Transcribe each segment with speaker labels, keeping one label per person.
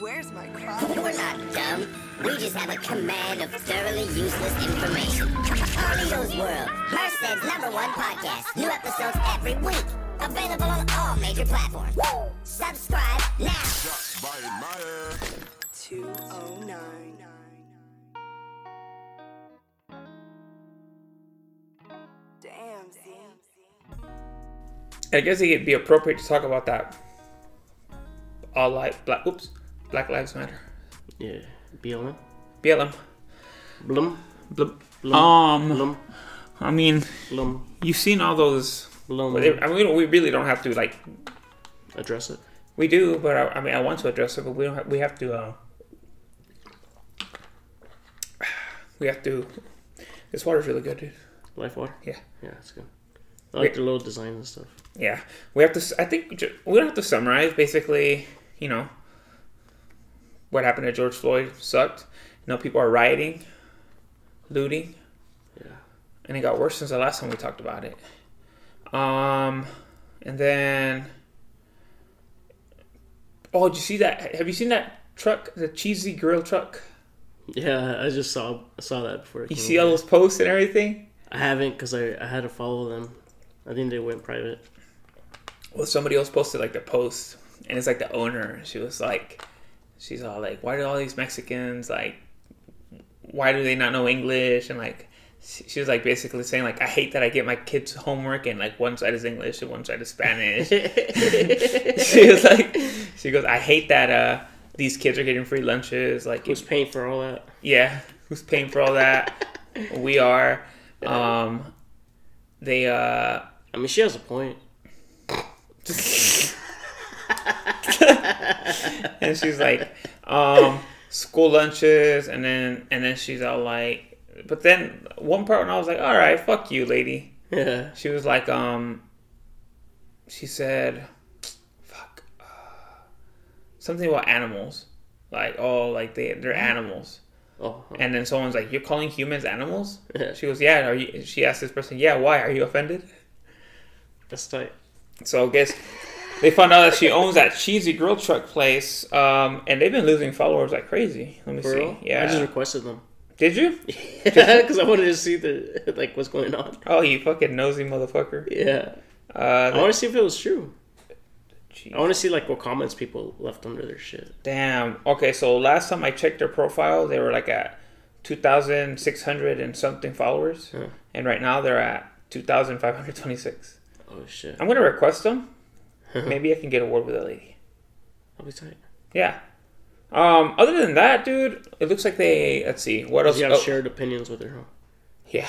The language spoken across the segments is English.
Speaker 1: Where's my car?
Speaker 2: We're not dumb. We just have a command of thoroughly useless information. Carlito's World, Merced's number one podcast. New episodes every week. Available on all major platforms. Subscribe now.
Speaker 3: Bite my ass.
Speaker 1: 209. Damn, Damn.
Speaker 4: I guess it'd be appropriate to talk about that. All life, black, oops, Black Lives Matter,
Speaker 5: Yeah. BLM?
Speaker 4: BLM,
Speaker 5: Blum?
Speaker 4: blub,
Speaker 5: Blum?
Speaker 4: um,
Speaker 5: Blum?
Speaker 4: I mean,
Speaker 5: Blum?
Speaker 4: you've seen all those.
Speaker 5: Blum?
Speaker 4: But it- I mean, we don't- we really don't have to like.
Speaker 5: Address it.
Speaker 4: We do, but I, I mean, I want to address it, but we don't. Have, we have to. Uh, we have to. This water's really good, dude.
Speaker 5: Life water?
Speaker 4: Yeah.
Speaker 5: Yeah, that's good. I like the little design and stuff.
Speaker 4: Yeah, we have to. s- I think we ju- we don't have to summarize. Basically, you know, what happened to George Floyd sucked. You know, people are rioting, looting,
Speaker 5: Yeah.
Speaker 4: and it got worse since the last time we talked about it. Um, and then, oh, did you see that? Have you seen that truck? The cheesy grill truck.
Speaker 5: Yeah, I just saw saw that before. it
Speaker 4: You
Speaker 5: came
Speaker 4: see all
Speaker 5: in.
Speaker 4: those posts and everything.
Speaker 5: I haven't because I, I had to follow them. I think they went private.
Speaker 4: Well, somebody else posted like the post, and it's like the owner. She was like, she's all like, why do all these Mexicans like, why do they not know English? And like, she she was like basically saying like, I hate that I get my kids homework and like one side is English and one side is Spanish. she was like, she goes, I hate that uh these kids are getting free lunches. Like,
Speaker 5: Who's paying for all that?
Speaker 4: yeah, who's paying for all that? we are. Um, they uh.
Speaker 5: I mean, she has a point.
Speaker 4: and she's like, um, school lunches, and then and then she's all like, but then one part when I was like, all right, fuck you, lady.
Speaker 5: Yeah.
Speaker 4: She was like, um, she said, fuck, uh, something about animals, like oh, like they they're animals.
Speaker 5: Oh, huh.
Speaker 4: And then someone's like, "You're calling humans animals?"
Speaker 5: Yeah.
Speaker 4: She goes, "Yeah." Are you? She asked this person, "Yeah, why are you offended?"
Speaker 5: that's tight.
Speaker 4: So I guess they found out that she owns that cheesy grill truck place, um, and they've been losing followers like crazy. Let me
Speaker 5: For
Speaker 4: see.
Speaker 5: real?
Speaker 4: Yeah.
Speaker 5: I just requested them
Speaker 4: Did you?
Speaker 5: because I wanted to see the like what's going on.
Speaker 4: Oh, you fucking nosy motherfucker.
Speaker 5: Yeah.
Speaker 4: Uh,
Speaker 5: I want to see if it was true.
Speaker 4: Jeez.
Speaker 5: I want to see like what comments people left under their shit.
Speaker 4: Damn. Okay, so last time I checked their profile, they were like at two thousand six hundred and something followers,
Speaker 5: Huh.
Speaker 4: and right now they're at two thousand five hundred twenty-six.
Speaker 5: Oh shit.
Speaker 4: I'm gonna request them. Maybe I can get a word with that lady.
Speaker 5: I'll be tight.
Speaker 4: Yeah. Um, other than that, dude, it looks like they. Let's see. What else?
Speaker 5: You have
Speaker 4: oh,
Speaker 5: shared opinions with her. Huh?
Speaker 4: Yeah.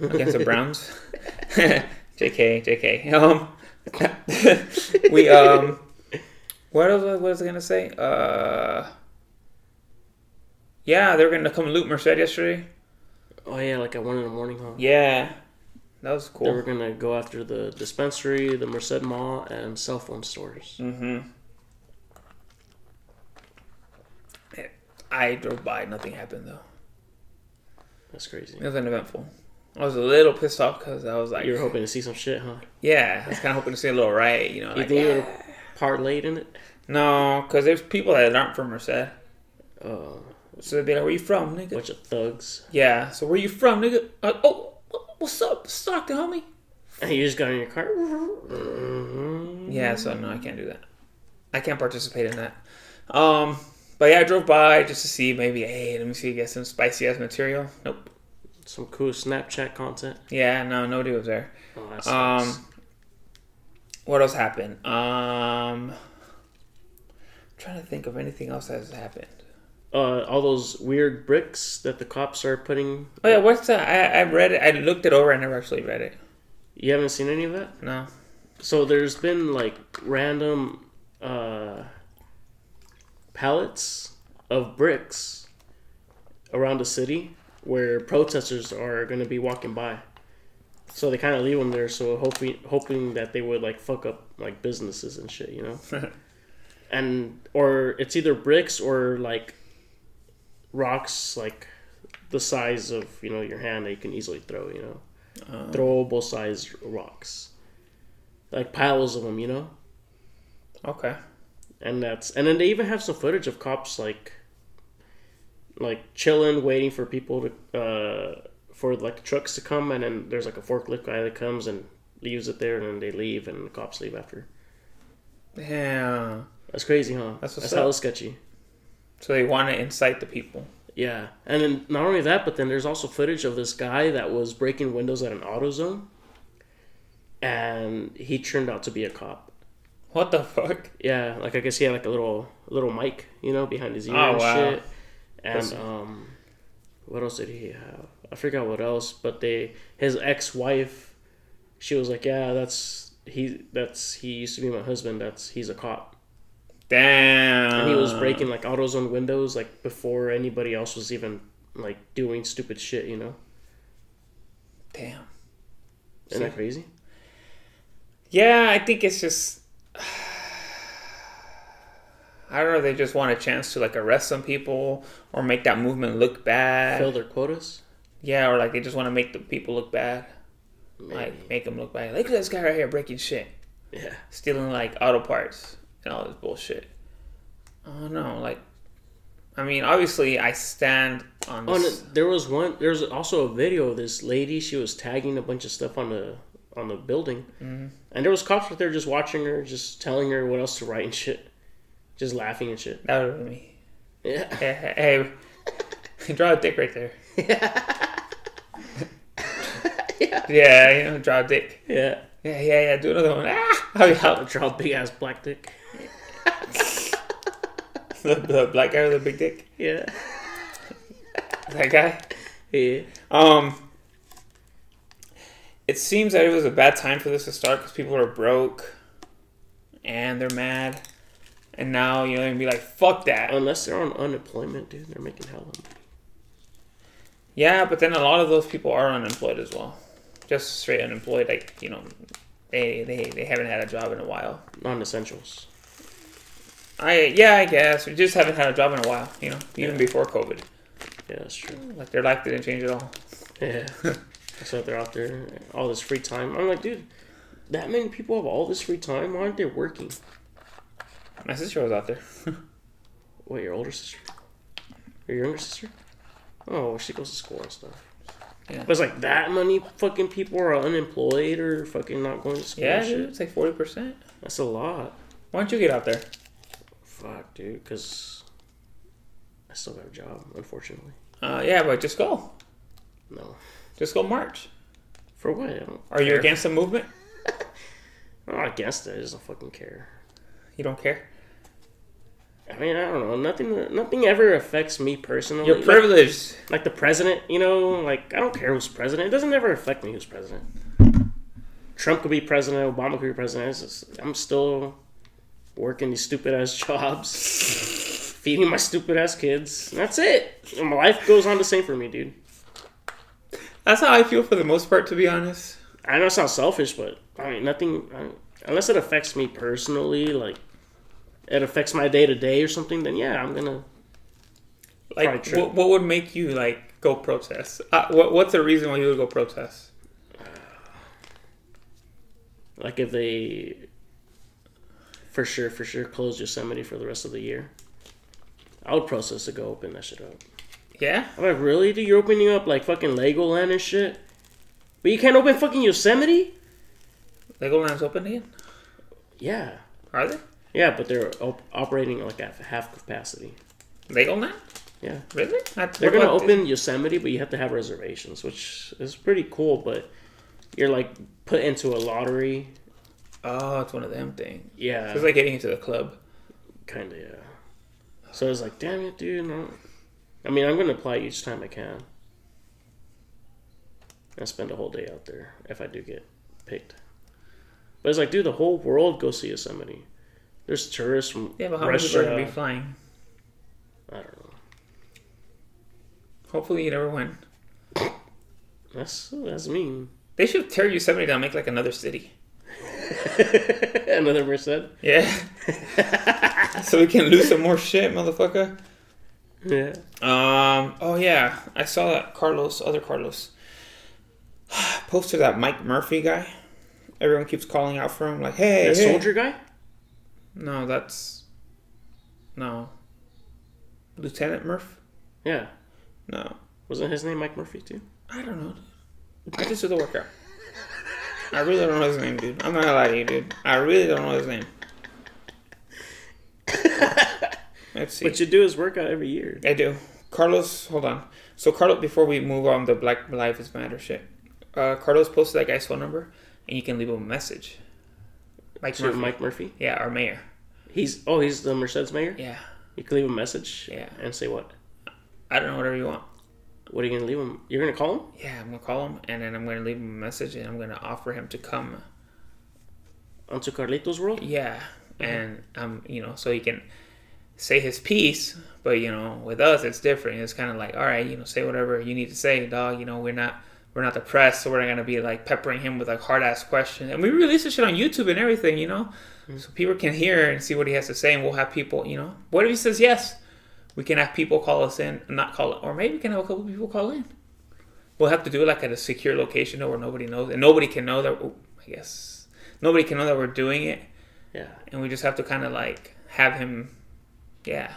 Speaker 4: Against the Browns. JK, JK. Um, we um, what else what was I gonna say? Uh, yeah, they were gonna come loot Merced yesterday.
Speaker 5: Oh yeah, like at one in the morning, huh?
Speaker 4: Yeah, that was
Speaker 5: They were
Speaker 4: cool.
Speaker 5: gonna go after the dispensary, the Merced Mall, and cell phone stores.
Speaker 4: Mm. Mm-hmm. I drove by, nothing happened though.
Speaker 5: That's crazy.
Speaker 4: It was uneventful. I was a little pissed off because I was like,
Speaker 5: You were hoping to see some shit, huh?
Speaker 4: yeah, I was kind of hoping to see a little riot, you know.
Speaker 5: You
Speaker 4: Like,
Speaker 5: think you would
Speaker 4: yeah.
Speaker 5: have parlayed in it?
Speaker 4: No, because there's people that aren't from Merced,
Speaker 5: Oh,
Speaker 4: so they'd be like, "Where you from, nigga?"
Speaker 5: bunch of thugs.
Speaker 4: Yeah. So where you from, nigga? Uh, oh, wh- what's up, Stockton, homie?
Speaker 5: And you just got in your car. Mm-hmm.
Speaker 4: Yeah. So no, I can't do that. I can't participate in that. Um, but yeah, I drove by just to see maybe. Hey, let me see. Get some spicy ass material. Nope.
Speaker 5: Some cool Snapchat content.
Speaker 4: Yeah. No. Nobody was there.
Speaker 5: Oh, that
Speaker 4: Um,
Speaker 5: sucks.
Speaker 4: What else happened? Um, trying to think of anything else that has happened.
Speaker 5: uh, all those weird bricks that the cops are putting.
Speaker 4: Oh yeah, what's that? I, I read it. I looked it over. I never actually read it.
Speaker 5: You haven't seen any of that?
Speaker 4: No.
Speaker 5: So there's been like random uh, pallets of bricks around the city where protesters are going to be walking by. So they kind of leave them there, so hoping hoping that they would like fuck up like businesses and shit, you know. and or it's either bricks or like rocks, like the size of you know your hand that you can easily throw, you know, throwable sized rocks like piles of them, you know.
Speaker 4: Okay.
Speaker 5: and that's and then they even have some footage of cops like like chilling waiting for people to uh for like trucks to come and then there's like a forklift guy that comes and leaves it there and then they leave and the cops leave after
Speaker 4: Yeah.
Speaker 5: that's crazy huh
Speaker 4: That's what's
Speaker 5: that's hella
Speaker 4: up.
Speaker 5: sketchy
Speaker 4: So they want to incite the people.
Speaker 5: yeah and then not only that but then there's also footage of this guy that was breaking windows at an auto zone and he turned out to be a cop
Speaker 4: What the fuck?
Speaker 5: Yeah, like I guess he had like a little little mic, you know, behind his ear
Speaker 4: Oh,
Speaker 5: and
Speaker 4: wow.
Speaker 5: shit. And
Speaker 4: That's-
Speaker 5: um, what else did he have? I forgot what else. But they, his ex wife, she was like, yeah, that's he. That's he used to be my husband. That's he's a cop.
Speaker 4: Damn.
Speaker 5: And he was breaking like AutoZone windows like before anybody else was even like doing stupid shit, you know.
Speaker 4: Damn.
Speaker 5: Isn't that crazy?
Speaker 4: Yeah, I think it's just. I don't know. They just want a chance to like arrest some people or make that movement look bad.
Speaker 5: Fill their quotas.
Speaker 4: Yeah, or like they just want to make the people look bad. Like make them look bad. Like, Look at this guy right here breaking shit,
Speaker 5: Yeah.
Speaker 4: stealing like auto parts and all this bullshit. I don't know. Like, I mean, obviously, I stand on
Speaker 5: On
Speaker 4: this.
Speaker 5: there was one. There was also a video of this lady. She was tagging a bunch of stuff on the on the building, and there was cops out there just watching her, just telling her what else to write and shit, just laughing and shit.
Speaker 4: That would be me.
Speaker 5: Yeah,
Speaker 4: Hey, hey, hey, eh, draw a dick right there. yeah. Yeah, you know, draw a dick.
Speaker 5: yeah.
Speaker 4: Yeah, yeah, yeah. Do another one. Ah! I'll be
Speaker 5: I
Speaker 4: out.
Speaker 5: draw a big ass black dick.
Speaker 4: The, the black guy with the big dick.
Speaker 5: Yeah,
Speaker 4: That guy.
Speaker 5: yeah.
Speaker 4: Um, it seems that it was a bad time for this to start because people are broke and they're mad, and now you know they'd be like, "Fuck that."
Speaker 5: Unless they're on unemployment, dude, they're making hell. of money.
Speaker 4: Yeah, but then a lot of those people are unemployed as well, just straight unemployed. Like you know, they they they haven't had a job in a while.
Speaker 5: Non-essentials.
Speaker 4: I yeah, I guess we just haven't had a job in a while. You know, even before COVID,
Speaker 5: Yeah, that's true.
Speaker 4: like their life didn't change at all.
Speaker 5: Yeah, so they're out there all this free time. I'm like, dude, that many people have all this free time. Why aren't they working?
Speaker 4: My sister was out there.
Speaker 5: What, your older sister? Or your younger sister? Oh, she goes to school and stuff.
Speaker 4: Yeah.
Speaker 5: But it's like that many fucking people are unemployed or fucking not going to school.
Speaker 4: Yeah,
Speaker 5: and shit.
Speaker 4: dude, it's like forty percent.
Speaker 5: That's a lot.
Speaker 4: Why don't you get out there?
Speaker 5: Fuck, dude, because I still got a job, unfortunately.
Speaker 4: Uh, yeah, but just go,
Speaker 5: No.
Speaker 4: just go march.
Speaker 5: For what? I don't
Speaker 4: Are you
Speaker 5: care.
Speaker 4: against the movement?
Speaker 5: I'm not against it. I just don't fucking care.
Speaker 4: You don't care.
Speaker 5: I mean, I don't know. Nothing nothing ever affects me personally.
Speaker 4: You're
Speaker 5: Like-
Speaker 4: privileged.
Speaker 5: like the president, you know, like I don't care who's president. It doesn't ever affect me who's president. Trump could be president, Obama could be president. It's just- I'm still working these stupid ass jobs, feeding my stupid ass kids. and That's it. And my life goes on the same for me, dude.
Speaker 4: That's how I feel for the most part, to be honest.
Speaker 5: I know it sounds selfish, but I mean, nothing, I, unless it affects me personally, like it affects my day to day or something, then yeah, I'm gonna. Probably
Speaker 4: Like,
Speaker 5: true.
Speaker 4: what, what would make you like go protest? Uh, what, what's the reason why you would go protest?
Speaker 5: Like if they for sure, for sure close Yosemite for the rest of the year. I would process to go open that shit up.
Speaker 4: Yeah,
Speaker 5: I'm like, really? Dude, you're opening up like fucking Legoland and shit? But you can't open fucking Yosemite?
Speaker 4: Legoland's open again.
Speaker 5: Yeah.
Speaker 4: Are they?
Speaker 5: Yeah, but they're op- operating like at half capacity.
Speaker 4: Legoland?
Speaker 5: Yeah.
Speaker 4: Really? I-
Speaker 5: They're
Speaker 4: what
Speaker 5: gonna
Speaker 4: about-
Speaker 5: open Yosemite, but you have to have reservations, which is pretty cool, but you're like put into a lottery.
Speaker 4: Oh, it's one of them things.
Speaker 5: Yeah.
Speaker 4: It's like getting into the club.
Speaker 5: Kind of, yeah. So I was like, damn it, dude. No. I mean, I'm going to apply each time I can. And spend a whole day out there if I do get picked. But it's like, dude, the whole world goes to Yosemite. There's tourists from
Speaker 4: Yeah, but how many people
Speaker 5: Russia.
Speaker 4: are gonna be flying?
Speaker 5: I don't know.
Speaker 4: Hopefully, you never win.
Speaker 5: That's, that's mean.
Speaker 4: They should tear Yosemite down, make like another city.
Speaker 5: Another verse said.
Speaker 4: Yeah. so we can lose some more shit, motherfucker.
Speaker 5: Yeah.
Speaker 4: Um. Oh yeah, I saw that Carlos, other Carlos, posted that Mike Murphy guy. Everyone keeps calling out for him, like, "Hey,
Speaker 5: That
Speaker 4: hey.
Speaker 5: soldier guy?
Speaker 4: No, that's No. Lieutenant Murph?
Speaker 5: Yeah.
Speaker 4: No.
Speaker 5: Wasn't his name Mike Murphy too?
Speaker 4: I don't know. dude. I just did the workout. I really don't know his name, dude. I'm not gonna lie to you, dude. I really don't know his name. Let's see.
Speaker 5: But you do his workout every year.
Speaker 4: I do. Carlos, hold on. So Carlos, before we move on the Black Lives Matter shit, uh, Carlos posted that guy's phone number, and you can leave him a message. Mike
Speaker 5: Sure,
Speaker 4: Murphy.
Speaker 5: Mike Murphy.
Speaker 4: Yeah, our mayor.
Speaker 5: He's oh, he's the Mercedes mayor.
Speaker 4: Yeah.
Speaker 5: You can leave a message.
Speaker 4: Yeah.
Speaker 5: And say what?
Speaker 4: I don't know whatever you want.
Speaker 5: What are you gonna leave him? You're gonna call him?
Speaker 4: Yeah, I'm gonna call him, and then I'm gonna leave him a message, and I'm gonna offer him to come.
Speaker 5: Onto Carlitos World?
Speaker 4: Yeah, and um, you know, so he can say his piece. But you know, with us, it's different. It's kind of like, all right, you know, say whatever you need to say, dog. You know, we're not we're not the press, so we're not gonna be like peppering him with like hard ass questions. And we release this shit on YouTube and everything, you know, so people can hear and see what he has to say, and we'll have people, you know, what if he says yes? We can have people call us in, not call, or maybe we can have a couple people call in. We'll have to do it like at a secure location though, where nobody knows, and nobody can know that. oh, I guess nobody can know that we're doing it
Speaker 5: Yeah.
Speaker 4: and we just have to kind of like have him. Yeah,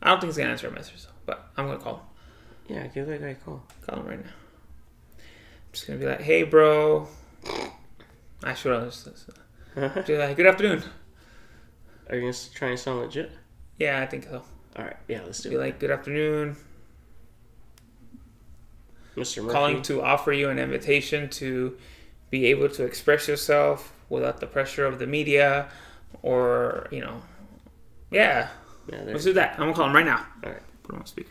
Speaker 4: I don't think he's gonna answer our message, though, but I'm gonna call him.
Speaker 5: Yeah, give that guy a call.
Speaker 4: Call him right now. I'm just gonna be like, "Hey, bro." I should have just just be like, "Good afternoon."
Speaker 5: Are you gonna s- try and sound legit?
Speaker 4: Yeah, I think so.
Speaker 5: Alright, yeah, let's do
Speaker 4: Be
Speaker 5: it.
Speaker 4: like, "Good afternoon."
Speaker 5: Mr. Murphy.
Speaker 4: Calling to offer you an invitation to be able to express yourself without the pressure of the media, or you know, yeah.
Speaker 5: Yeah, there.
Speaker 4: Let's do that. I'm gonna call him right now.
Speaker 5: Alright.
Speaker 4: Put him on speaker.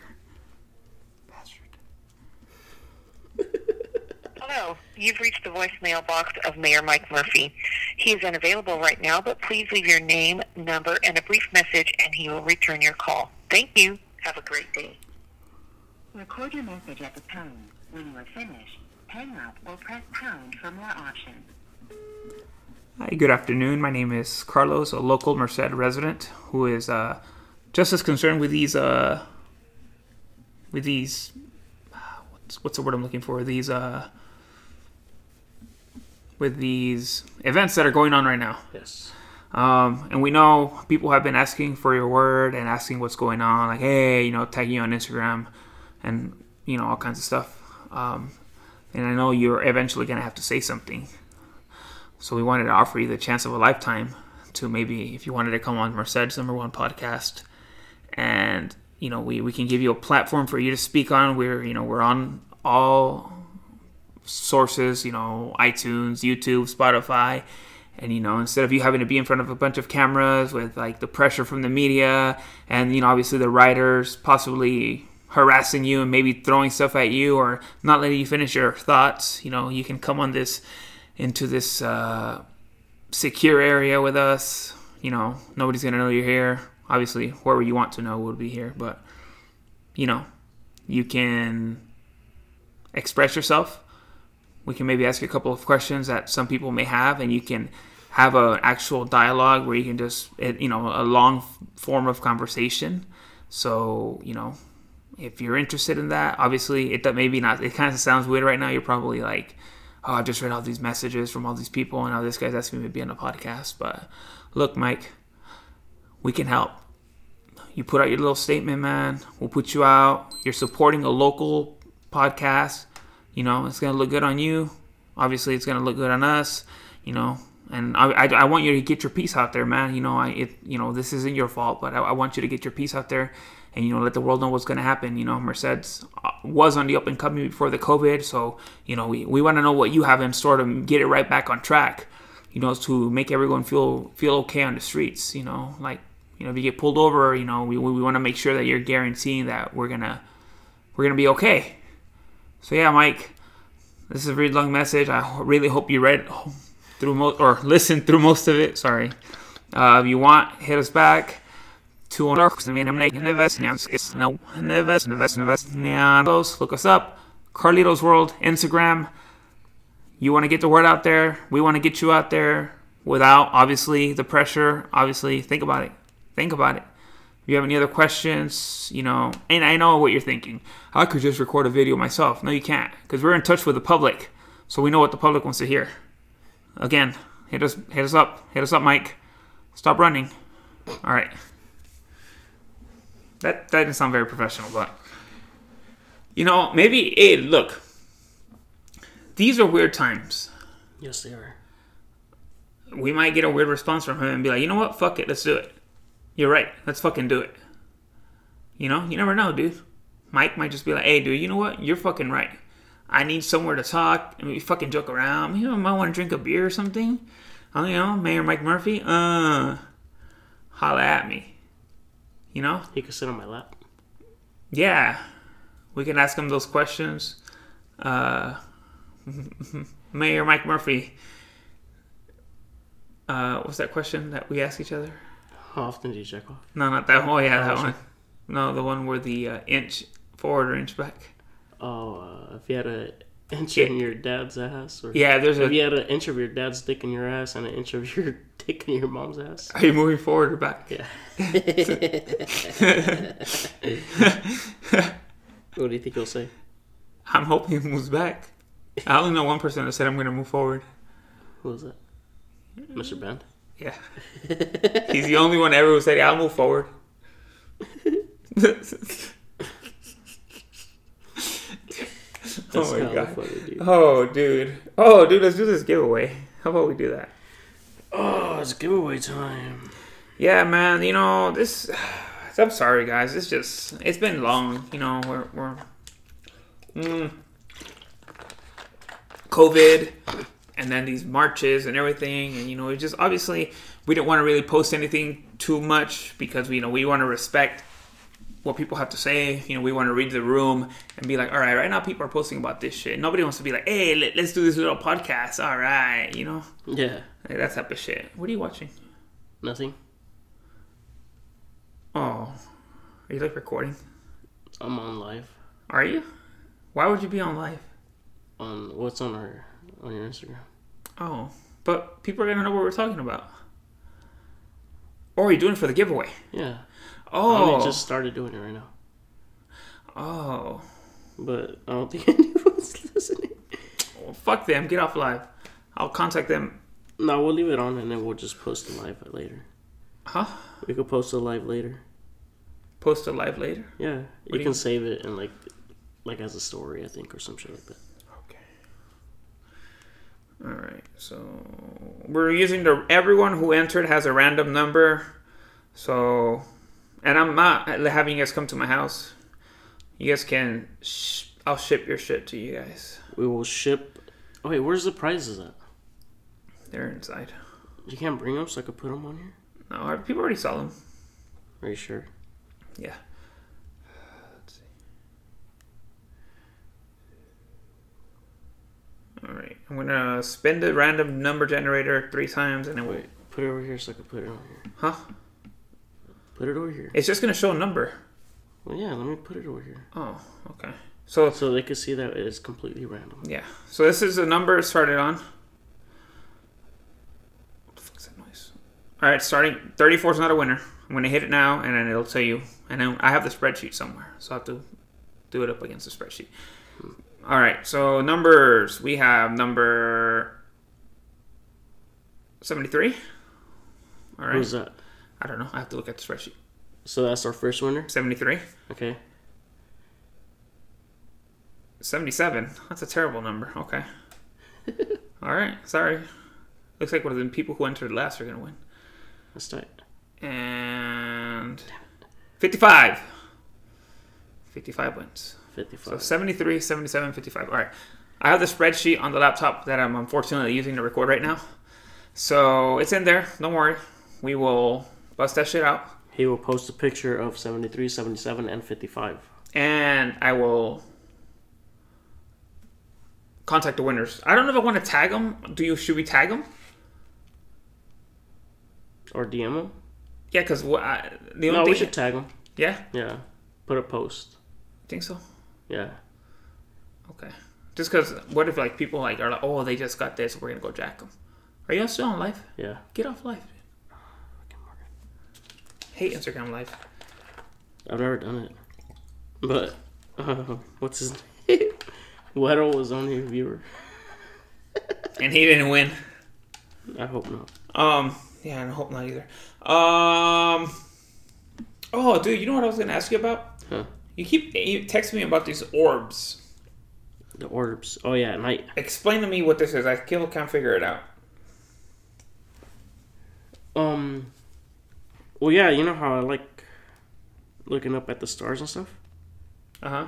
Speaker 6: Hello, you've reached the voicemail box of Mayor Mike Murphy. He is unavailable right now, but please leave your name, number, and a brief message, and he will return your call. Thank you. Have a great day.
Speaker 7: Record your message at the tone. When you are finished, hang up or press pound for more options.
Speaker 4: Hi, good afternoon. My name is Carlos, a local Merced resident who is uh, just as concerned with these uh, with these what's, what's the word I'm looking for? These uh, with these events that are going on right now.
Speaker 5: Yes.
Speaker 4: Um, and we know people have been asking for your word and asking what's going on, like, hey, you know, tagging you on Instagram and, you know, all kinds of stuff. Um, and I know you're eventually going to have to say something. So we wanted to offer you the chance of a lifetime to maybe, if you wanted to come on Merced's number one podcast, and, you know, we, we can give you a platform for you to speak on. We're, you know, we're on all sources, you know, iTunes, YouTube, Spotify. And you know, instead of you having to be in front of a bunch of cameras with like the pressure from the media and you know, obviously the writers possibly harassing you and maybe throwing stuff at you or not letting you finish your thoughts, you know, you can come on this into this uh, secure area with us. You know, nobody's gonna know you're here. Obviously, whoever you want to know would be here, but you know, you can express yourself we can maybe ask you a couple of questions that some people may have and you can have an actual dialogue where you can just it, you know a long f- form of conversation so you know if you're interested in that obviously it that maybe not it kind of sounds weird right now you're probably like oh i just read all these messages from all these people and now this guy's asking me to be on a podcast but look mike we can help you put out your little statement man we'll put you out you're supporting a local podcast you know it's gonna look good on you obviously it's gonna look good on us you know and I, I, I want you to get your piece out there man you know I it you know this isn't your fault but I, I want you to get your piece out there and you know let the world know what's gonna happen you know Mercedes uh, was on the up and coming before the COVID so you know we, we want to know what you have in store to get it right back on track you know to make everyone feel feel okay on the streets you know like you know if you get pulled over you know we, we want to make sure that you're guaranteeing that we're gonna we're gonna be okay so yeah, Mike, this is a really long message. I ho- really hope you read through most or listened through most of it. Sorry. Uh, if you want, hit us back. Two on our look us up. Carlitos World Instagram. You want to get the word out there. We want to get you out there without obviously the pressure. Obviously, think about it. Think about it. If you have any other questions, you know, and I know what you're thinking. I could just record a video myself. No, you can't, because we're in touch with the public, so we know what the public wants to hear. Again, hit us, hit us up, hit us up, Mike. Stop running. All right. That that didn't sound very professional, but you know, maybe hey, look. These are weird times.
Speaker 5: Yes, they are.
Speaker 4: We might get a weird response from him and be like, you know what, fuck it, let's do it. You're right, let's fucking do it. You know, you never know, dude. Mike might just be like, hey, dude, you know what, you're fucking right. I need somewhere to talk and we fucking joke around. You know, I might want to drink a beer or something. I don't know, Mayor Mike Murphy, uh, holla at me. You know,
Speaker 5: He could sit on my lap.
Speaker 4: yeah, we can ask him those questions. Uh, Mayor Mike Murphy, uh, what's that question that we ask each other?
Speaker 5: How often do you check off?
Speaker 4: No, not that. Oh yeah, that one. No, the one where the uh, inch forward or inch back.
Speaker 5: Oh, uh, if you had an inch in your dad's ass, or
Speaker 4: Yeah, there's
Speaker 5: if you
Speaker 4: a.
Speaker 5: had an inch of your dad's dick in your ass and an inch of your dick in your mom's ass.
Speaker 4: Are you moving forward or back?
Speaker 5: Yeah. what do you think he'll say?
Speaker 4: I'm hoping it moves back. I only know one person that said I'm gonna move forward.
Speaker 5: Who was that? Mr. Band.
Speaker 4: Yeah. He's the only one ever who said, I'll move forward. oh my
Speaker 5: kinda
Speaker 4: god.
Speaker 5: funny, dude.
Speaker 4: Oh, dude. Oh, dude, let's do this giveaway. How about we do that?
Speaker 5: Oh, it's giveaway time.
Speaker 4: Yeah, man, you know, this. I'm sorry, guys. It's just. It's been long. You know, we're. we're mm, COVID and then these marches and everything. And, you know, it just obviously we didn't want to really post anything too much because, you know, we want to respect what people have to say. You know, we want to read the room and be like, all right, right now people are posting about this shit. Nobody wants to be like, hey, let, let's do this little podcast. All right, you know,
Speaker 5: Yeah.
Speaker 4: like that type of shit. What are you watching?
Speaker 5: Nothing.
Speaker 4: Oh, are you like recording?
Speaker 5: I'm on live.
Speaker 4: Are you? Why would you be on live?
Speaker 5: On what's on our on your Instagram?
Speaker 4: Oh, but people are gonna know what we're talking about. Or are you doing it for the giveaway?
Speaker 5: Yeah. I
Speaker 4: Oh,
Speaker 5: only just started doing it right now,
Speaker 4: oh,
Speaker 5: but I don't think anyone's listening.
Speaker 4: well, fuck them. Get off live. I'll contact them.
Speaker 5: No, we'll leave it on and then we'll just post it live later.
Speaker 4: Huh?
Speaker 5: We could post it live later.
Speaker 4: Post a live later.
Speaker 5: Yeah,
Speaker 4: do
Speaker 5: you
Speaker 4: you-
Speaker 5: can save it and like, like as a story, I think, or some shit like that.
Speaker 4: Okay. All right. So we're using the everyone who entered has a random number. So, and I'm not having you guys come to my house. You guys can. Sh- I'll ship your shit to you guys.
Speaker 5: We will ship. Oh wait, where's the prizes at?
Speaker 4: They're inside.
Speaker 5: You can't bring them, so I could put them on here.
Speaker 4: No, I- people already saw them.
Speaker 5: Are you sure?
Speaker 4: Yeah. All right. I'm gonna spin the random number generator three times, and then wait.
Speaker 5: Wait, put it over here, so I could put it on here.
Speaker 4: Huh?
Speaker 5: Put it over here.
Speaker 4: It's just gonna show a number.
Speaker 5: Well, yeah, let me put it over here,
Speaker 4: Oh, okay. So
Speaker 5: so they could see that it's completely random.
Speaker 4: yeah. So this is the number it started on. What the fuck's that noise? All right, starting 34 is not a winner. I'm gonna hit it now, and then it'll tell you. And then I have the spreadsheet somewhere, so I have to do it up against the spreadsheet. All right. So numbers we have number 73. All right.
Speaker 5: Who's that?
Speaker 4: I don't know. I have to look at the spreadsheet.
Speaker 5: So that's our first winner.
Speaker 4: 73.
Speaker 5: Okay.
Speaker 4: 77. That's a terrible number. Okay. All right. Sorry. Looks like one of the people who entered last are going to win.
Speaker 5: That's tight.
Speaker 4: And 55. 55 wins. So
Speaker 5: Fifty-five.
Speaker 4: 73, 77, 55. All right. I have the spreadsheet on the laptop that I'm unfortunately using to record right now. So it's in there. Don't worry. We will bust that shit out.
Speaker 5: He will post a picture of 73, 77, and 55.
Speaker 4: and I will contact the winners. I don't know if I want to tag them. Do you? Should we tag them?
Speaker 5: Or DM him?
Speaker 4: Yeah, because I the only
Speaker 5: No, we
Speaker 4: thing,
Speaker 5: should tag him.
Speaker 4: yeah,
Speaker 5: Yeah. Put a post.
Speaker 4: think so.
Speaker 5: Yeah.
Speaker 4: Okay, just because what if like people like are like, oh, they just got this, we're gonna go jack them. Are you all still on live?
Speaker 5: Yeah.
Speaker 4: Get off live. Hate Instagram live.
Speaker 5: I've never done it. But, uh, what's his name? Weddle was only a viewer.
Speaker 4: And he didn't win.
Speaker 5: I hope not.
Speaker 4: Um, yeah, I hope not either. Um, Oh, dude, you know what I was gonna ask you about?
Speaker 5: Huh.
Speaker 4: You keep you texting me about these orbs.
Speaker 5: The orbs. Oh yeah, at night.
Speaker 4: Explain to me what this is. I still can't figure it out.
Speaker 5: Um. Well, yeah, you know how I like looking up at the stars and stuff.
Speaker 4: Uh
Speaker 5: Uh-huh,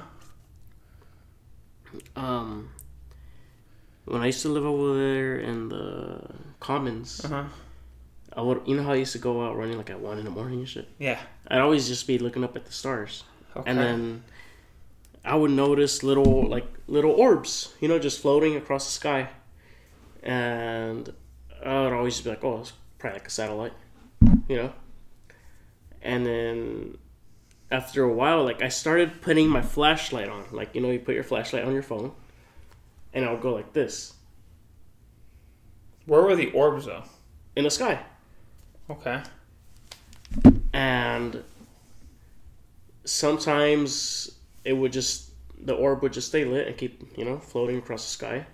Speaker 4: huh.
Speaker 5: Um. When I used to live over there in the commons,
Speaker 4: Uh huh.
Speaker 5: I would you know how I used to go out running like at one in the morning and shit.
Speaker 4: Yeah.
Speaker 5: I'd always just be looking up at the stars,
Speaker 4: Okay.
Speaker 5: and then I would notice little like little orbs, you know, just floating across the sky, and I would always be like, "Oh, it's probably like a satellite," you know. And then after a while, like I started putting my flashlight on, like you know, you put your flashlight on your phone, and I would go like this
Speaker 4: Where were the orbs though?
Speaker 5: in the sky.
Speaker 4: Okay.
Speaker 5: and sometimes it would just the orb would just stay lit and keep you know floating across the sky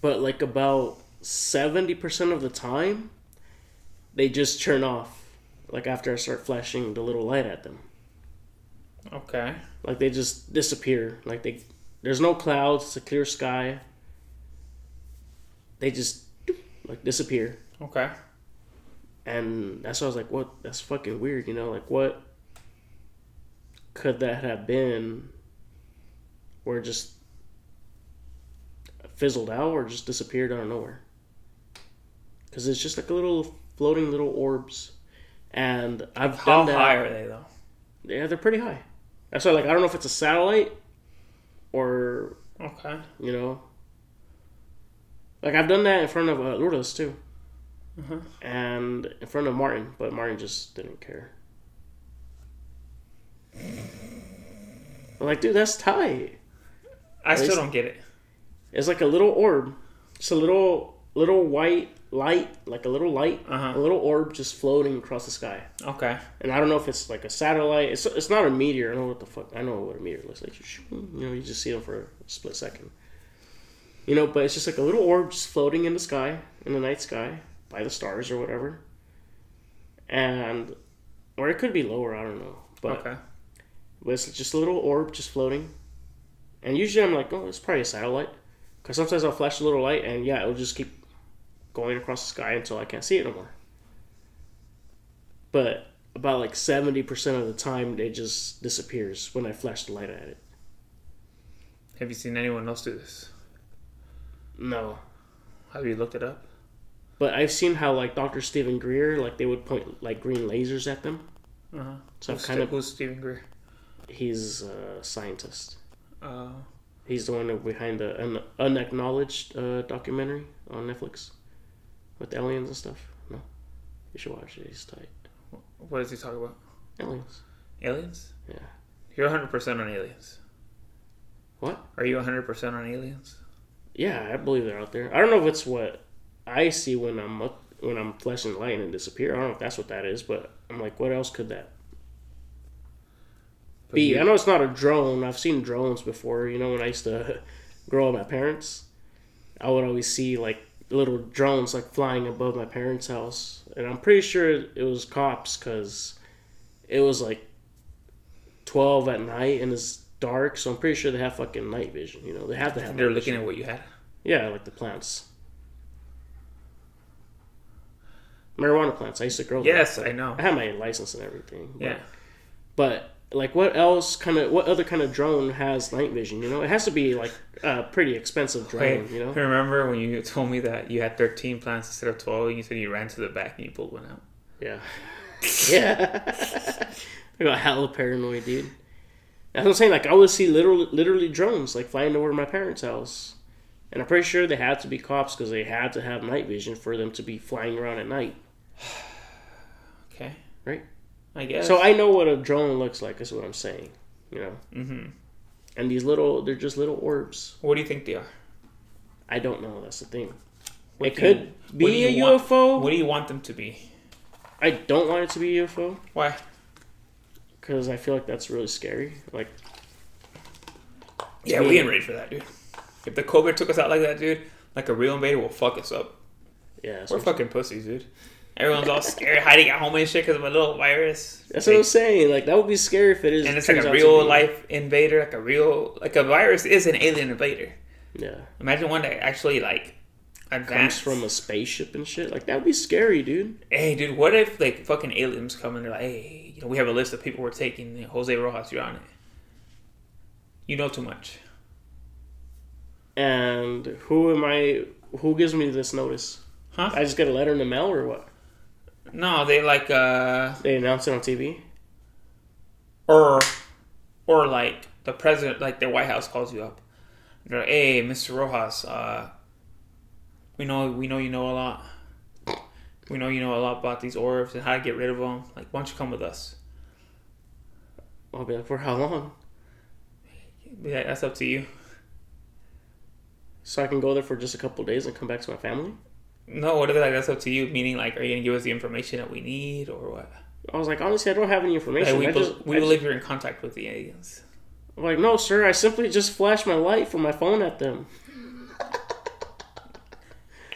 Speaker 5: but like about 70% of the time they just turn off like after i start flashing the little light at them
Speaker 4: Okay.
Speaker 5: like they just disappear like they there's no clouds it's a clear sky they just like disappear
Speaker 4: Okay.
Speaker 5: and that's why I was like, "What? That's fucking weird." You know, like what could that have been? Or just fizzled out, or just disappeared out of nowhere? Because it's just like a little floating little orbs, and I've
Speaker 4: How
Speaker 5: done that.
Speaker 4: high are they though?
Speaker 5: Yeah, they're pretty high. That's why, like, I don't know if it's a satellite or
Speaker 4: Okay.
Speaker 5: you know. Like I've done that in front of uh, Lourdes too,
Speaker 4: Uh-huh.
Speaker 5: and in front of Martin, but Martin just didn't care. I'm like, dude, that's tight.
Speaker 4: I
Speaker 5: least-
Speaker 4: still don't get it.
Speaker 5: It's like a little orb, just a little little white light, like a little light,
Speaker 4: Uh-huh.
Speaker 5: a little orb just floating across the sky.
Speaker 4: Okay.
Speaker 5: And I don't know if it's like a satellite. It's it's not a meteor. I don't know what the fuck. I know what a meteor looks like. You know, you just see them for a split second. You know, but it's just like a little orb just floating in the sky, in the night sky, by the stars or whatever. And, or it could be lower. I don't know. But,
Speaker 4: Okay.
Speaker 5: but it's just a little orb just floating. And usually I'm like, oh, it's probably a satellite, because sometimes I'll flash a little light, and yeah, it'll just keep going across the sky until I can't see it anymore. But about like seventy percent of the time, it just disappears when I flash the light at it.
Speaker 4: Have you seen anyone else do this?
Speaker 5: No,
Speaker 4: Have you looked it up?
Speaker 5: but I've seen how like Dr. Stephen Greer, like they would point like green lasers at them.
Speaker 4: Uh huh.
Speaker 5: So I've
Speaker 4: Who's
Speaker 5: kind
Speaker 4: Ste-
Speaker 5: of
Speaker 4: who's Stephen Greer?
Speaker 5: he's a scientist.
Speaker 4: Uh,
Speaker 5: He's the one behind the un- unacknowledged uh, documentary on Netflix with aliens and stuff. No, you should watch it. He's tight.
Speaker 4: what does he talk about?
Speaker 5: Aliens.
Speaker 4: Aliens?
Speaker 5: Yeah.
Speaker 4: You're 100% on aliens.
Speaker 5: What?
Speaker 4: Are you 100% on aliens?
Speaker 5: Yeah, I believe they're out there. I don't know if it's what I see when I'm up, when I'm flashing light and disappear. I don't know if that's what that is, but I'm like, what else could that
Speaker 4: But
Speaker 5: be?
Speaker 4: you-
Speaker 5: I know it's not a drone. I've seen drones before. You know, when I used to grow up with my parents, I would always see like little drones like flying above my parents' house, and I'm pretty sure it was cops because it was like twelve at night and it's dark. So I'm pretty sure they have fucking night vision. You know, they have to have.
Speaker 4: They're
Speaker 5: night
Speaker 4: looking
Speaker 5: vision.
Speaker 4: at what you had.
Speaker 5: Yeah, like the plants. Marijuana plants. I used to grow. them.
Speaker 4: Yes, I know.
Speaker 5: I had my license and everything. but-
Speaker 4: Yeah.
Speaker 5: but like, what else kind of what other kind of drone has night vision? You know, it has to be like a pretty expensive drone.
Speaker 4: Wait,
Speaker 5: you know,
Speaker 4: remember when you told me that you had 13 plants instead of 12 and you said you ran to the back and you pulled one out?
Speaker 5: yeah, yeah. I got hella paranoid, dude. That's what I'm saying. Like, I would see literally, literally drones like flying over to my parents' house, and I'm pretty sure they had to be cops because they had to have night vision for them to be flying around at night,
Speaker 4: Okay.
Speaker 5: right?
Speaker 4: I guess.
Speaker 5: So I know what a drone looks like. Is what I'm saying. You know.
Speaker 4: Mhm.
Speaker 5: And these little, they're just little orbs.
Speaker 4: What do you think they are?
Speaker 5: I don't know. That's the thing.
Speaker 4: What
Speaker 5: it
Speaker 4: do you-
Speaker 5: could
Speaker 4: what do
Speaker 5: be a
Speaker 4: you want-
Speaker 5: UFO.
Speaker 4: What do you want them to be?
Speaker 5: I don't want it to be a UFO
Speaker 4: Why?
Speaker 5: because I feel like that's really scary. Like,
Speaker 4: Yeah, we ain't ready for that, dude. If the COVID took us out like that, dude, like a real invader will fuck us up.
Speaker 5: yeah, that's
Speaker 4: We're
Speaker 5: what I'm
Speaker 4: fucking pussies, dude. Everyone's all scared, hiding at home and shit because of a little virus.
Speaker 5: That's what I'm saying. Like that would be scary if it is.
Speaker 4: and it's
Speaker 5: it
Speaker 4: like
Speaker 5: turns
Speaker 4: a
Speaker 5: out to
Speaker 4: real
Speaker 5: be-
Speaker 4: life invader, like a real like a virus is an alien invader.
Speaker 5: Yeah,
Speaker 4: Imagine one that actually like
Speaker 5: comes
Speaker 4: advanced
Speaker 5: from a spaceship and shit. Like that would be scary, dude.
Speaker 4: Hey, dude, what if like fucking aliens come and they're like, hey, you know, we have a list of people we're taking. and Jose Rojas, you're on it. You know too much.
Speaker 5: And who am I? Who gives me this notice?
Speaker 4: Huh?
Speaker 5: I just get a letter in the mail or what?
Speaker 4: no, they like uh
Speaker 5: They announce it on TV.
Speaker 4: or or like the president, like the White House calls you up. They're like, hey, Mr. Rojas, uh, we know we know you know a lot. We know you know a lot about these orbs and how to get rid of them. Like, why don't you come with us?
Speaker 5: I'll be like, for how long?
Speaker 4: Yeah, that's up to you.
Speaker 5: So I can go there for just a couple days and come back to my family.
Speaker 4: No, what if they're like that's up to you? Meaning, like, are you gonna give us the information that we need or what?
Speaker 5: I was like, honestly, I don't have any information.
Speaker 4: Hey, we,
Speaker 5: I
Speaker 4: bel
Speaker 5: just,
Speaker 4: we
Speaker 5: I
Speaker 4: believe you're in contact with the aliens.
Speaker 5: just- I'm like, no, sir. I simply just flashed my light from my phone at them.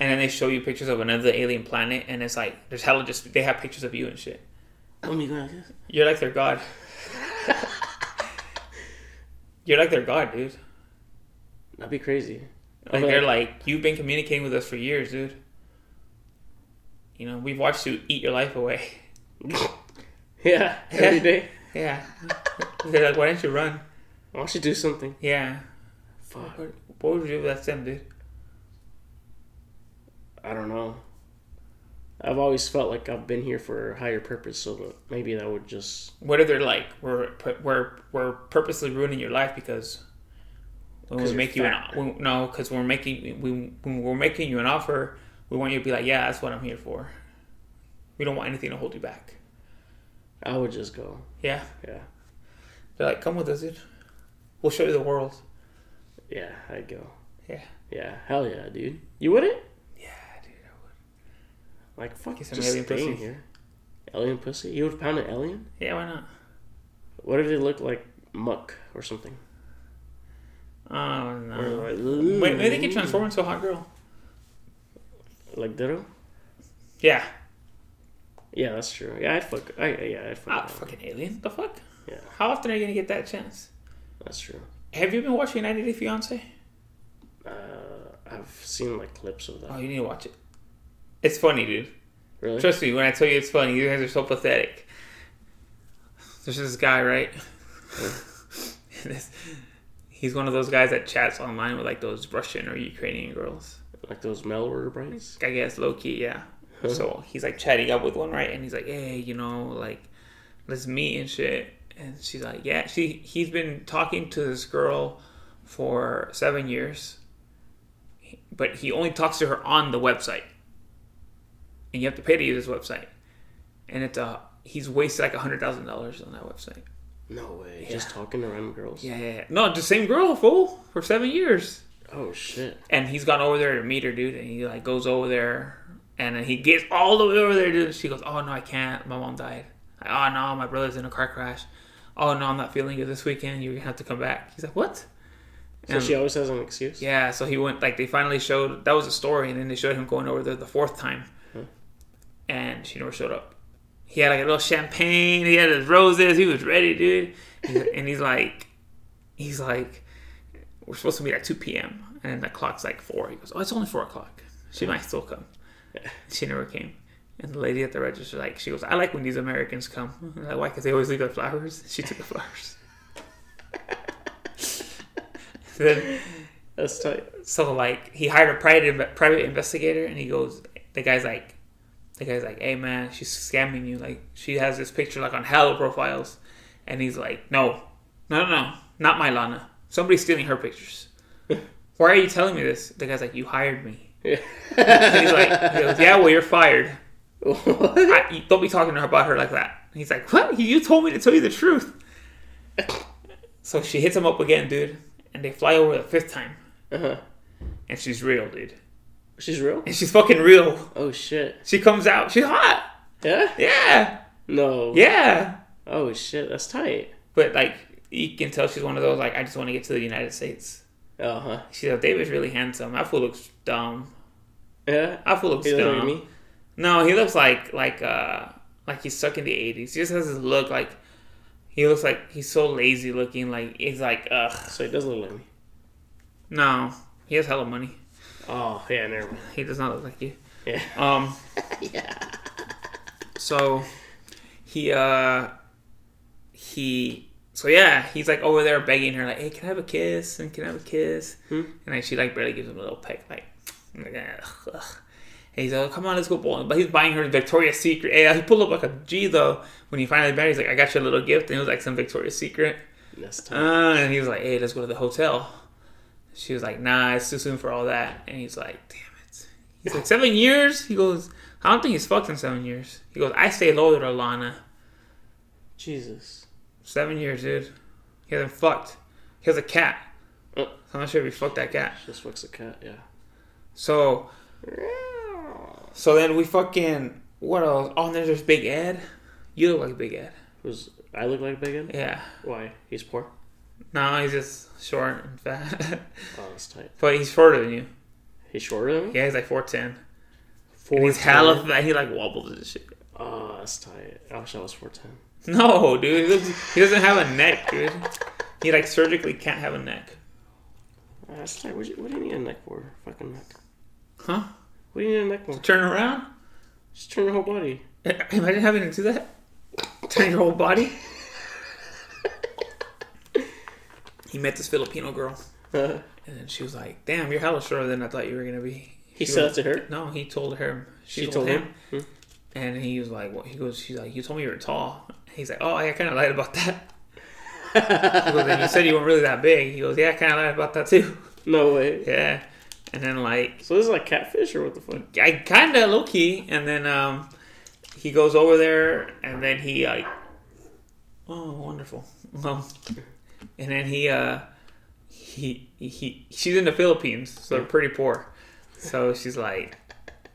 Speaker 4: And then they show you pictures of another alien planet, and it's like there's hella just they have pictures of you and shit.
Speaker 5: Let me go. like this.
Speaker 4: You're like their god. you're like their god, dude.
Speaker 5: That'd be crazy.
Speaker 4: Like
Speaker 5: Okay.
Speaker 4: they're like you've been communicating with us for years, dude. You know we've watched you eat your life away.
Speaker 5: Yeah, every day.
Speaker 4: Yeah. they're like, why don't you run?
Speaker 5: Why don't you do something?
Speaker 4: Yeah.
Speaker 5: Fuck.
Speaker 4: What what would you do if that's them, dude?
Speaker 5: I don't know. I've always felt like I've been here for a higher purpose, so that maybe that would just
Speaker 4: What if they're like we're we're we're purposely ruining your life because when we
Speaker 5: you're
Speaker 4: make you
Speaker 5: fat.
Speaker 4: an we, no because we're making we when we're making you an offer we want you to be like yeah that's what I'm here for. We don't want anything to hold you back.
Speaker 5: I would just go.
Speaker 4: Yeah,
Speaker 5: Yeah.
Speaker 4: they're like come with us, dude. We'll show you the world.
Speaker 5: Yeah, I'd go.
Speaker 4: Yeah.
Speaker 5: Yeah. Hell yeah, dude. You wouldn't?
Speaker 4: Yeah, dude. I would.
Speaker 5: Like fuck
Speaker 4: Get some
Speaker 5: just
Speaker 4: alien
Speaker 5: staying
Speaker 4: pussy.
Speaker 5: here. Alien pussy? You would pound an alien?
Speaker 4: Yeah, why not?
Speaker 5: What if they look like muck or something?
Speaker 4: Oh no.
Speaker 5: Or like,
Speaker 4: Wait, maybe they can transform into a hot girl.
Speaker 5: Like Ditto?
Speaker 4: Yeah.
Speaker 5: Yeah, that's true. Yeah, I'd fuck. I, yeah, I'd fuck.
Speaker 4: Ah,
Speaker 5: that.
Speaker 4: fucking alien. The fuck?
Speaker 5: Yeah,
Speaker 4: How often are you gonna get that chance?
Speaker 5: that's true.
Speaker 4: Have you been watching 90 Day Fiance?
Speaker 5: Uh, I've seen like clips of that.
Speaker 4: Oh, you need to watch it. It's funny, dude.
Speaker 5: really?
Speaker 4: Trust me when I tell you it's funny. You guys are so pathetic. There's this guy, right? And this- He's one of those guys that chats online with like those Russian or Ukrainian girls.
Speaker 5: like those mail order brights?
Speaker 4: I guess low key, yeah. So he's like chatting up with one, right? And he's like, "Hey, you know, like, let's meet and shit." And she's like, "Yeah." She he's been talking to this girl for seven years, but he only talks to her on the website, and you have to pay to use this website, and it's uh he's wasted like a hundred thousand dollars on that website.
Speaker 5: No way. Just talking to random girls.
Speaker 4: Yeah, yeah, yeah. No, the same girl, fool, for seven years
Speaker 5: Oh shit.
Speaker 4: and he's gone over there to meet her, dude. And he like goes over there, and then he gets all the way over there, dude. And she goes, "Oh no, I can't. My mom died. Like, oh no, my brother's in a car crash. Oh no, I'm not feeling it this weekend. You're gonna have to come back." He's like, "What?"
Speaker 5: So
Speaker 4: And-
Speaker 5: she always has an excuse.
Speaker 4: Um, yeah, so he went like they finally showed that was a story, and then they showed him going over there the fourth time, and she never showed up. He had like a little champagne, he had his roses, he was ready, dude. He's- and he's like, he's like, we're supposed to meet at two p.m. and the clock's like four. He goes, oh, it's only four o'clock. She might still come. She never came. And the lady at the register, like, she goes, I like when these Americans come. I'm like, why? Because they always leave their flowers. She took the flowers. then
Speaker 5: That's tight.
Speaker 4: so like he hired a private private investigator, and he goes, the guy's like, the guy's like, hey man, she's scamming you. Like she has this picture like on Hello profiles, and he's like, no, no, no, no, not my Lana. Somebody's stealing her pictures. Why are you telling me this? The guy's like, you hired me.
Speaker 5: Yeah.
Speaker 4: And he's like, he goes, yeah, well you're fired.
Speaker 5: What?
Speaker 4: I, you- don't be talking to her about her like that. And he's like, what? You told me to tell you the truth. so she hits him up again, dude, and they fly over the fifth time,
Speaker 5: Uh-huh.
Speaker 4: and she's real, dude.
Speaker 5: She's real?
Speaker 4: And she's fucking real.
Speaker 5: Oh shit.
Speaker 4: She comes out. She's hot.
Speaker 5: Yeah?
Speaker 4: Yeah.
Speaker 5: No.
Speaker 4: Yeah.
Speaker 5: Oh shit. That's tight.
Speaker 4: But like you can tell she's one of those like I just want to get to the United States.
Speaker 5: Uh huh.
Speaker 4: She's like David's really handsome. That fool looks dumb.
Speaker 5: Yeah.
Speaker 4: That fool looks
Speaker 5: He doesn't
Speaker 4: dumb.
Speaker 5: like me.
Speaker 4: No, he looks like like uh like he's stuck in the eighties. He just has this look like he looks like he's so lazy looking. Like he's like ugh.
Speaker 5: So he does look like me.
Speaker 4: No, he has hella money.
Speaker 5: Oh yeah, never mind.
Speaker 4: He does not look like you.
Speaker 5: Yeah.
Speaker 4: Um. So he uh he so yeah he's like over there begging her like hey can I have a kiss and can I have a kiss and like she like barely gives him a little peck like like ugh, ugh. And he's like, come on, let's go bowling. But he's buying her Victoria's Secret. Hey, he pulled up like a G though. When he finally met her, he's like, I got you a little gift. And it was like some Victoria's Secret.
Speaker 5: That's tough.
Speaker 4: Uh, and he was like, hey, let's go to the hotel. She was like, nah, it's too soon for all that. And he's like, damn it. He's like, seven years? He goes, I don't think he's fucked in seven years. He goes, I stay loyal to Alana.
Speaker 5: Jesus.
Speaker 4: Seven years, dude. He hasn't fucked. He has a cat.
Speaker 5: Uh.
Speaker 4: So I'm not sure if he fucked that cat.
Speaker 5: Just fucks a cat. Yeah.
Speaker 4: So, so then we fucking, what else? Oh, and then there's Big Ed. You look like Big Ed.
Speaker 5: Was I look like Bacon?
Speaker 4: Yeah.
Speaker 5: Why? He's poor.
Speaker 4: No, he's just short and fat.
Speaker 5: Oh, that's tight.
Speaker 4: but he's shorter than you.
Speaker 5: He's shorter than me.
Speaker 4: Yeah, he's like 4'10.
Speaker 5: Four.
Speaker 4: And he's hella fat. He like wobbles and shit.
Speaker 5: Oh, that's tight. I wish I was four ten.
Speaker 4: No, dude. He, looks, he doesn't have a neck, dude. He like surgically can't have a neck.
Speaker 5: That's tight. What, you, what do you need a neck for? Fucking neck.
Speaker 4: Huh?
Speaker 5: What do you need a neck for?
Speaker 4: Turn around? Eh,
Speaker 5: Just turn your whole body.
Speaker 4: Imagine having to do that. Turn your whole body. he met this Filipino girl,
Speaker 5: Uh,
Speaker 4: and then she was like, "Damn, you're hella shorter than I thought you were gonna be."
Speaker 5: he
Speaker 4: She
Speaker 5: said that
Speaker 4: was-
Speaker 5: to her.
Speaker 4: No, he told her. She, told, him. Hmm. And he was like, "What?" He goes, "She's like, you told me you were tall." He's like, "Oh, I kind of lied about that." he goes, "And you said you weren't really that big." He goes, "Yeah, I kind of lied about that too."
Speaker 5: No way.
Speaker 4: Yeah. And then like
Speaker 5: So this is like catfish or what the fuck?
Speaker 4: I kind of low key, and then um, he goes over there, and then he like, oh wonderful, um, and then he uh, he he she's in the Philippines, so they're pretty poor, so she's like,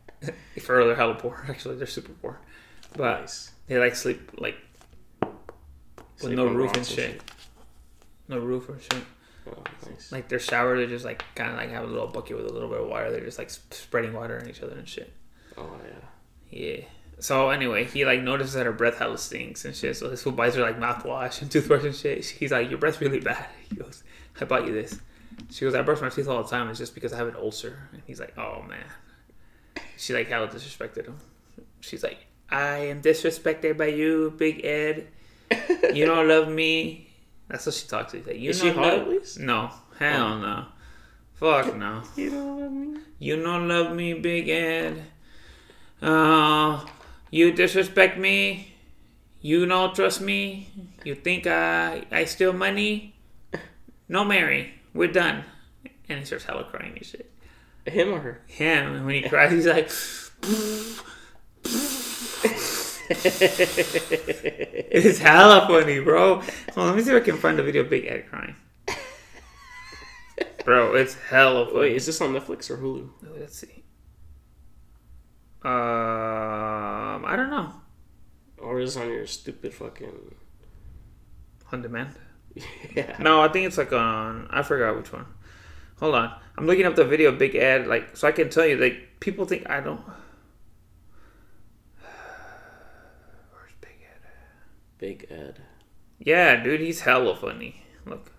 Speaker 4: for they're hella poor actually, they're super poor, but
Speaker 5: Nice.
Speaker 4: they like sleep like with
Speaker 5: Sleep
Speaker 4: no
Speaker 5: on
Speaker 4: roof and
Speaker 5: rocks and
Speaker 4: shit. no roof or shit.
Speaker 5: Oh, nice.
Speaker 4: Like their shower, they're just like kind of like have a little bucket with a little bit of water. They're just like sp- spreading water on each other and shit.
Speaker 5: oh yeah.
Speaker 4: Yeah. So anyway, he like notices that her breath hella stinks and shit. So this fool buys her like mouthwash and toothbrush and shit. He's like, "Your breath's really bad." He goes, "I bought you this." She goes, "I brush my teeth all the time. It's just because I have an ulcer." And he's like, "Oh man." She like hella disrespected him. She's like, "I am disrespected by you, Big Ed. You don't love me." That's what she talks to. He's like, you
Speaker 5: Is she
Speaker 4: don't
Speaker 5: hot
Speaker 4: love-
Speaker 5: at least? Oh.
Speaker 4: No, hell no. Fuck no.
Speaker 5: You don't love me.
Speaker 4: You don't love me, Big Ed. Uh, you disrespect me. You don't trust me. You think I I steal money. No, Mary, we're done. And he starts hella crying and shit.
Speaker 5: Him or her?
Speaker 4: Him, and when he cries, he's like, it's hella funny, bro. Hold on, let me see if I can find a video of Big Ed crying. Bro, it's hella funny.
Speaker 5: Wait, is this on Netflix or Hulu?
Speaker 4: Let's see. Um, I don't know.
Speaker 5: Or is this on your stupid fucking?
Speaker 4: On demand?
Speaker 5: Yeah.
Speaker 4: No, I think it's like on. I forgot which one. Hold on, I'm looking up the video of Big Ed, like so I can tell you. Like people think I don't. Where's Big Ed?
Speaker 5: Big Ed.
Speaker 4: Yeah, dude, he's hella funny. Look,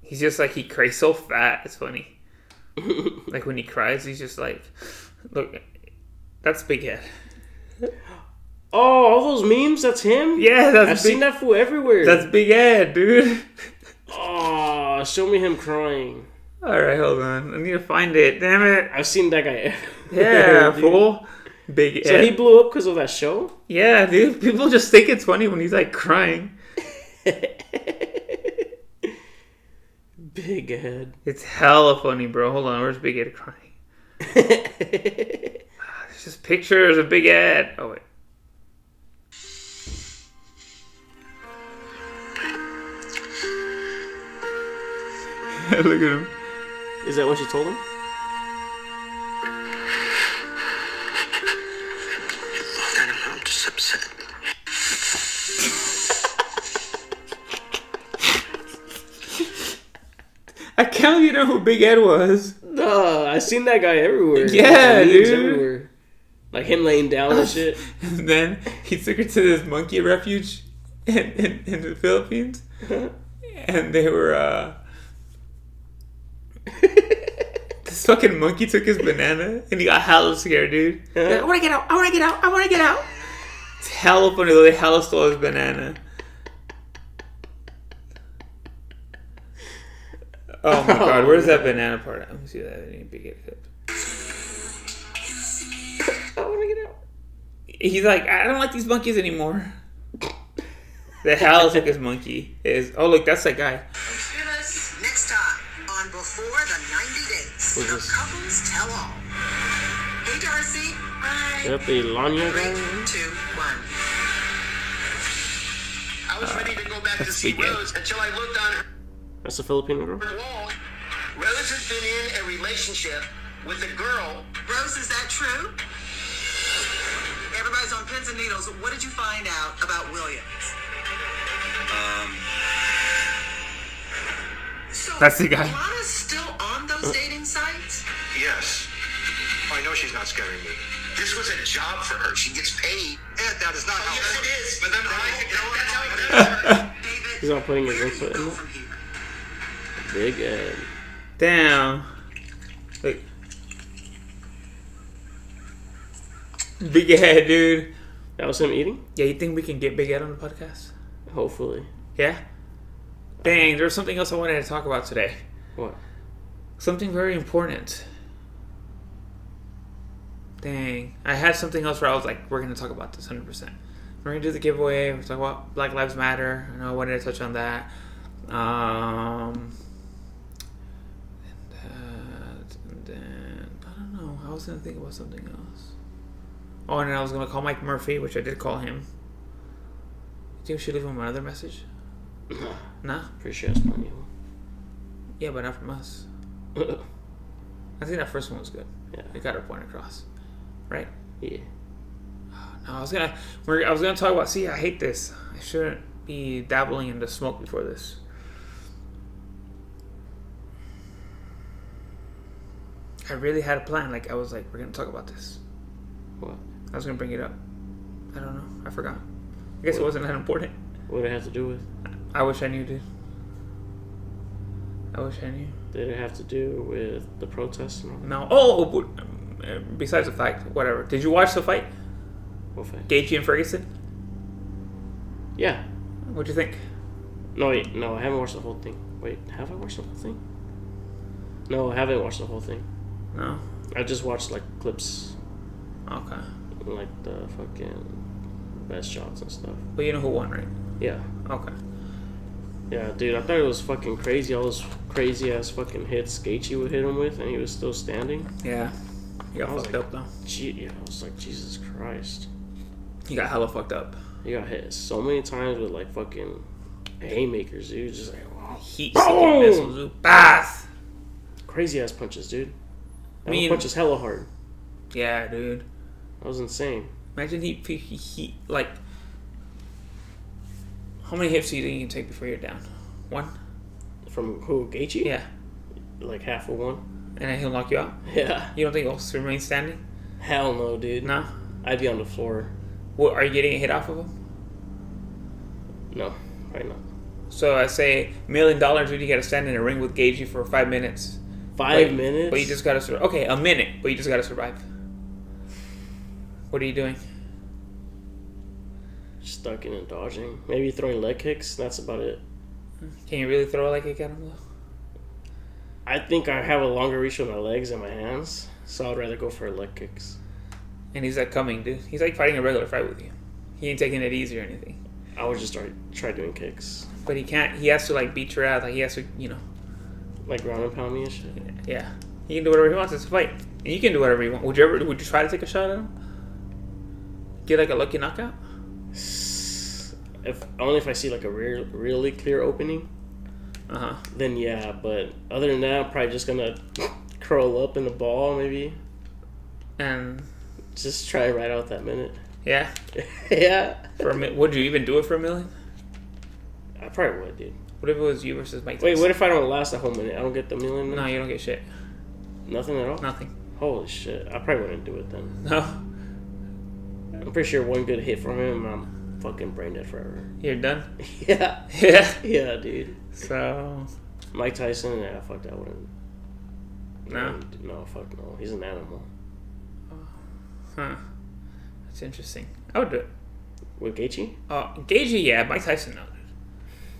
Speaker 4: he's just like he cries so fat. It's funny. like when he cries, he's just like, look, that's Big Ed.
Speaker 5: Oh, all those memes. That's him.
Speaker 4: Yeah, that's
Speaker 5: I've
Speaker 4: Big
Speaker 5: seen that fool everywhere.
Speaker 4: That's Big Ed, dude.
Speaker 5: Oh, show me him crying.
Speaker 4: All right, hold on. I need to find it. Damn it.
Speaker 5: I've seen that guy.
Speaker 4: Yeah,
Speaker 5: everywhere, dude.
Speaker 4: fool. Big
Speaker 5: So
Speaker 4: Ed.
Speaker 5: he blew up because of that show.
Speaker 4: yeah, dude. People just think it's funny when he's like crying.
Speaker 5: Big Ed.
Speaker 4: It's hella funny, bro. Hold on. Where's Big Ed crying? It's just pictures of Big Ed. Oh wait. Look at him.
Speaker 5: Is that what you told him?
Speaker 8: I'm just upset.
Speaker 4: I can't even know who Big Ed was.
Speaker 5: No, I seen that guy everywhere.
Speaker 4: Yeah,
Speaker 5: Memes
Speaker 4: dude.
Speaker 5: Like him laying down and shit.
Speaker 4: And then he took her to this monkey refuge in, in, in the Philippines.
Speaker 5: Uh-huh.
Speaker 4: And they were, uh, this fucking monkey took his banana and he got hella scared, dude. Like, I wanna get out, I wanna get out, I wanna get out. It's hella funny though, they hella stole his banana. Oh my god, where's that banana part? Let me see that. I didn't pick it up.
Speaker 5: I wanna get out.
Speaker 4: he's like, I don't like these monkeys anymore. The hell took his monkey. Is oh look, that's that guy.
Speaker 9: Next time on Before the 90 Days,
Speaker 5: Who's
Speaker 9: the
Speaker 5: this?
Speaker 9: couples tell all. Hey, Darcy.
Speaker 5: Is
Speaker 9: Hi.
Speaker 5: that the Lanya
Speaker 9: Three,
Speaker 5: guy?
Speaker 9: two, one.
Speaker 8: I was ready to go back to
Speaker 4: let's
Speaker 8: see
Speaker 4: begin.
Speaker 8: Rose until I looked on
Speaker 5: That's the Filipino girl.
Speaker 8: her wall. Rose has been in a relationship with a girl.
Speaker 9: Rose, is that true? Everybody's on pins and needles. What did you find out about Williams? Um. So
Speaker 4: That's the guy.
Speaker 9: Lana's still on those dating sites?
Speaker 8: Yes. I know she's not scaring me. This was a job for her. She gets paid. Yeah, that is not how yes, it is. But then that's how it is.
Speaker 9: David,
Speaker 5: He's not putting his
Speaker 9: where do
Speaker 5: input
Speaker 9: you
Speaker 5: in
Speaker 9: go
Speaker 5: it.
Speaker 9: from here?
Speaker 5: Big Ed.
Speaker 4: Damn. Look. Big Ed, dude.
Speaker 5: That was him eating?
Speaker 4: Yeah, you think we can get Big Ed on the podcast?
Speaker 5: Hopefully.
Speaker 4: Yeah? Dang, there's something else I wanted to talk about today.
Speaker 5: What?
Speaker 4: Something very important. Dang. I had something else where I was like, we're going to talk about this 100%. We're going to do the giveaway. We're talking about Black Lives Matter. I know I wanted to touch on that. Um, and that. And then, I don't know. I was going to think about something else. Oh, and then I was going to call Mike Murphy, which I did call him. Do you think we should leave him another message? Nah?
Speaker 5: Pretty sure that's not you.
Speaker 4: Yeah, but not from us. I think that first one was good.
Speaker 5: Yeah.
Speaker 4: It got our point across, right?
Speaker 5: yeah.
Speaker 4: No, I was gonna, we're, I was gonna talk about. See, I hate this. I shouldn't be dabbling into smoke before this. I really had a plan. Like I was like, we're gonna talk about this.
Speaker 5: What?
Speaker 4: I was gonna bring it up. I don't know. I forgot. I guess it wasn't that important.
Speaker 5: What did it have to do with?
Speaker 4: I wish I knew, dude. I wish I knew.
Speaker 5: Did it have to do with the protests and all that?
Speaker 4: No. Oh, but, um, besides the fact, whatever. Did you watch the fight,
Speaker 5: What fact?
Speaker 4: Gaethje and Ferguson?
Speaker 5: Yeah.
Speaker 4: What'd you think?
Speaker 5: No, wait. No, I haven't watched the whole thing. Wait, have I watched the whole thing? No, I haven't watched the whole thing.
Speaker 4: No.
Speaker 5: I just watched like clips,
Speaker 4: Okay.
Speaker 5: and, like the fucking best shots and stuff.
Speaker 4: But you know who won, right?
Speaker 5: Yeah.
Speaker 4: Okay.
Speaker 5: Yeah, dude, I thought it was fucking crazy. All those crazy ass fucking hits Gaethje would hit him with, and he was still standing.
Speaker 4: Yeah. He got
Speaker 5: I was
Speaker 4: fucked
Speaker 5: like-
Speaker 4: up though.
Speaker 5: Gee, yeah, I was like, Jesus Christ.
Speaker 4: He got hella fucked up.
Speaker 5: He got hit so many times with like fucking haymakers, dude. Just like oh, wow,
Speaker 4: Heat seeking missiles. ooh, Bath.
Speaker 5: crazy ass punches, dude. That
Speaker 4: mean-
Speaker 5: one punches hella hard.
Speaker 4: Yeah, dude.
Speaker 5: That was insane.
Speaker 4: Imagine he, he, he, he like. How many hits do you think you can take before you're down? One.
Speaker 5: From who? Gaethje?
Speaker 4: Yeah.
Speaker 5: Like half of one.
Speaker 4: And then he'll knock you out.
Speaker 5: Yeah.
Speaker 4: You don't think he'll remain standing?
Speaker 5: Hell no, dude.
Speaker 4: No.
Speaker 5: I'd be on the floor.
Speaker 4: What are you getting a hit off of him?
Speaker 5: No, right now.
Speaker 4: So I say million dollars, dude. You gotta stand in a ring with Gaige for five minutes.
Speaker 5: Five
Speaker 4: But-
Speaker 5: minutes.
Speaker 4: But you just gotta survive. Okay, a minute. But you just gotta survive. What are you doing?
Speaker 5: stuck in and dodging. Maybe throwing leg kicks. That's about it.
Speaker 4: Can you really throw like a cat on though?
Speaker 5: I think I have a longer reach with my legs and my hands, so I'd rather go for leg kicks.
Speaker 4: And he's like coming, dude. He's like fighting a regular fight with you. He ain't taking it easy or anything.
Speaker 5: I would just start try doing kicks,
Speaker 4: But he can't. He has to like beat your ass. Like he has to, you know.
Speaker 5: like ground and pound me and shit.
Speaker 4: Yeah. He can do whatever he wants. It's a fight. And you can do whatever you want. Would you ever? Would you try to take a shot at him? Get like a lucky knockout?
Speaker 5: If only if I see like a real, really clear opening,
Speaker 4: Uh huh.
Speaker 5: then yeah. But other than that, I'm probably just gonna curl up in the ball, maybe
Speaker 4: And
Speaker 5: just try right out that minute.
Speaker 4: yeah.
Speaker 5: yeah,
Speaker 4: For a mi- would you even do it for a million?
Speaker 5: I probably would, dude.
Speaker 4: What if it was you versus Mike?
Speaker 5: Wait,
Speaker 4: Tyson?
Speaker 5: what if I don't last a whole minute? I don't get the million.
Speaker 4: No, you don't get shit.
Speaker 5: Nothing at all.
Speaker 4: Nothing.
Speaker 5: Holy shit! I probably wouldn't do it then.
Speaker 4: No,
Speaker 5: I'm pretty sure one good hit from him, I'm fucking brain dead forever.
Speaker 4: you're done.
Speaker 5: Yeah.
Speaker 4: Yeah.
Speaker 5: Yeah, dude.
Speaker 4: So
Speaker 5: Mike Tyson. Yeah, fuck that. Wouldn't.
Speaker 4: no,
Speaker 5: No, fuck no. He's an animal.
Speaker 4: huh? That's interesting. I would do it.
Speaker 5: With Gaethje?
Speaker 4: Uh, Gagey, yeah. Mike Tyson, no. Dude.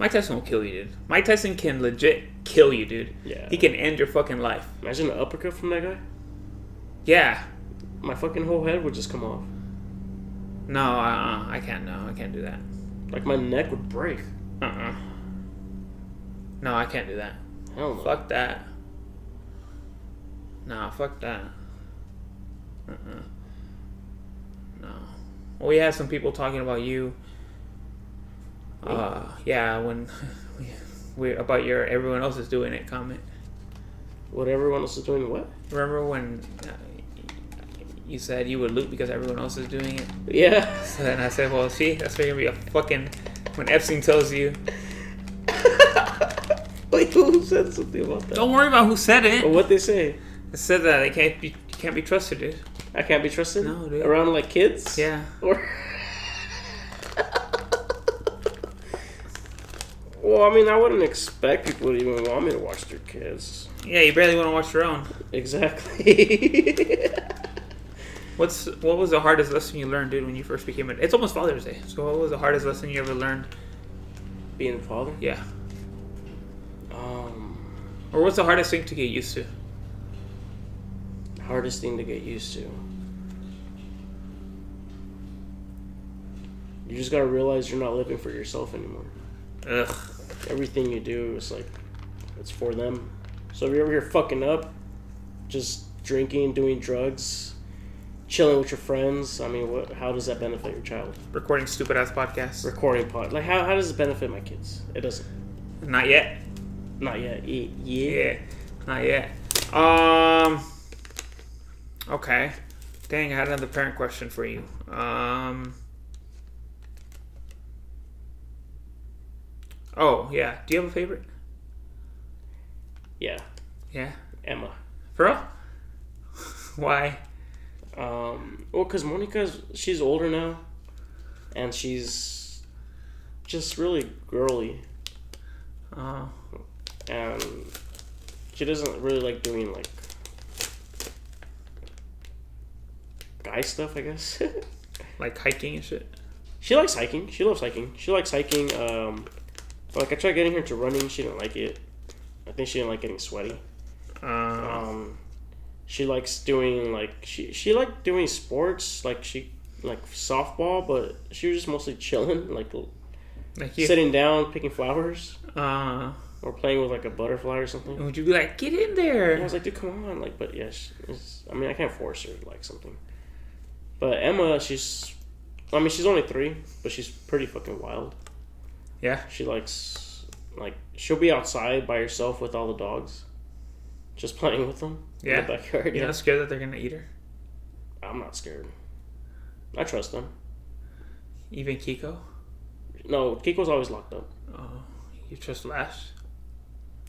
Speaker 4: Mike Tyson will kill you, dude. Mike Tyson can legit kill you, dude.
Speaker 5: Yeah.
Speaker 4: He can end your fucking life.
Speaker 5: Imagine an uppercut from that guy.
Speaker 4: Yeah.
Speaker 5: My fucking whole head would just come off.
Speaker 4: No, uh, I can't. No, I can't do that.
Speaker 5: Like my neck would break.
Speaker 4: Uh. uh No, I can't do that.
Speaker 5: Hell no.
Speaker 4: Fuck that. Nah, fuck that. Uh. uh No. Well, we had some people talking about you. Uh, yeah, when we about your everyone else is doing it comment.
Speaker 5: What everyone else is doing? What?
Speaker 4: Remember when uh, you said you would loot because everyone else is doing it?
Speaker 5: Yeah.
Speaker 4: So then I said, well, see, that's why you're gonna be a fucking. When Epstein tells you,
Speaker 5: Wait, who said something about that?
Speaker 4: don't worry about who said
Speaker 5: But
Speaker 4: it.
Speaker 5: what they say?
Speaker 4: It said that they can't be you can't be trusted, dude.
Speaker 5: I can't be trusted.
Speaker 4: No, dude.
Speaker 5: Around like kids.
Speaker 4: Yeah.
Speaker 5: Or. well, I mean, I wouldn't expect people to even want me to watch their kids.
Speaker 4: Yeah, you barely want to watch your own.
Speaker 5: Exactly.
Speaker 4: What's what was the hardest lesson you learned, dude, when you first became an? It's almost Father's Day, so what was the hardest lesson you ever learned?
Speaker 5: Being a father.
Speaker 4: Yeah,
Speaker 5: Um,
Speaker 4: or what's the hardest thing to get used to?
Speaker 5: hardest thing to get used to. You just gotta realize you're not living for yourself anymore.
Speaker 4: Ugh.
Speaker 5: Everything you do is like, it's for them. So if you're ever here fucking up, just drinking, doing drugs, chilling with your friends, I mean, what? How does that benefit your child?
Speaker 4: Recording stupid ass podcasts.
Speaker 5: Recording pod, like, how, how does it benefit my kids? It doesn't.
Speaker 4: Not yet.
Speaker 5: Not yet. E- Yeah.
Speaker 4: Yeah, not yet. Um. Okay. Dang, I had another parent question for you. Um. Oh yeah. Do you have a favorite?
Speaker 5: Yeah.
Speaker 4: Yeah.
Speaker 5: Emma.
Speaker 4: For real? Why?
Speaker 5: Um, well, because Monica's she's older now, and she's just really girly,
Speaker 4: Uh,
Speaker 5: and she doesn't really like doing like guy stuff. I guess
Speaker 4: like hiking and shit.
Speaker 5: she likes hiking. She loves hiking. She likes hiking. Um, like I tried getting her to running. She didn't like it. I think she didn't like getting sweaty.
Speaker 4: Uh,
Speaker 5: um she likes doing like she she liked doing sports like she like softball but she was just mostly chilling like l-
Speaker 4: like you.
Speaker 5: sitting down picking flowers
Speaker 4: Uh,
Speaker 5: or playing with like a butterfly or something
Speaker 4: would you be like, get in
Speaker 5: i
Speaker 4: there?
Speaker 5: was like dude come on like but yeah she, it's, i mean i can't force her to like something but emma she's i mean she's only three but she's pretty fucking wild
Speaker 4: Yeah.
Speaker 5: she likes like she'll be outside by herself with all the dogs just playing with them
Speaker 4: Yeah.
Speaker 5: in the backyard
Speaker 4: You're
Speaker 5: yeah.
Speaker 4: not scared that they're gonna eat her?
Speaker 5: I'm not scared. I trust them.
Speaker 4: Even Kiko?
Speaker 5: No, Kiko's always locked up.
Speaker 4: Oh, you trust Lash?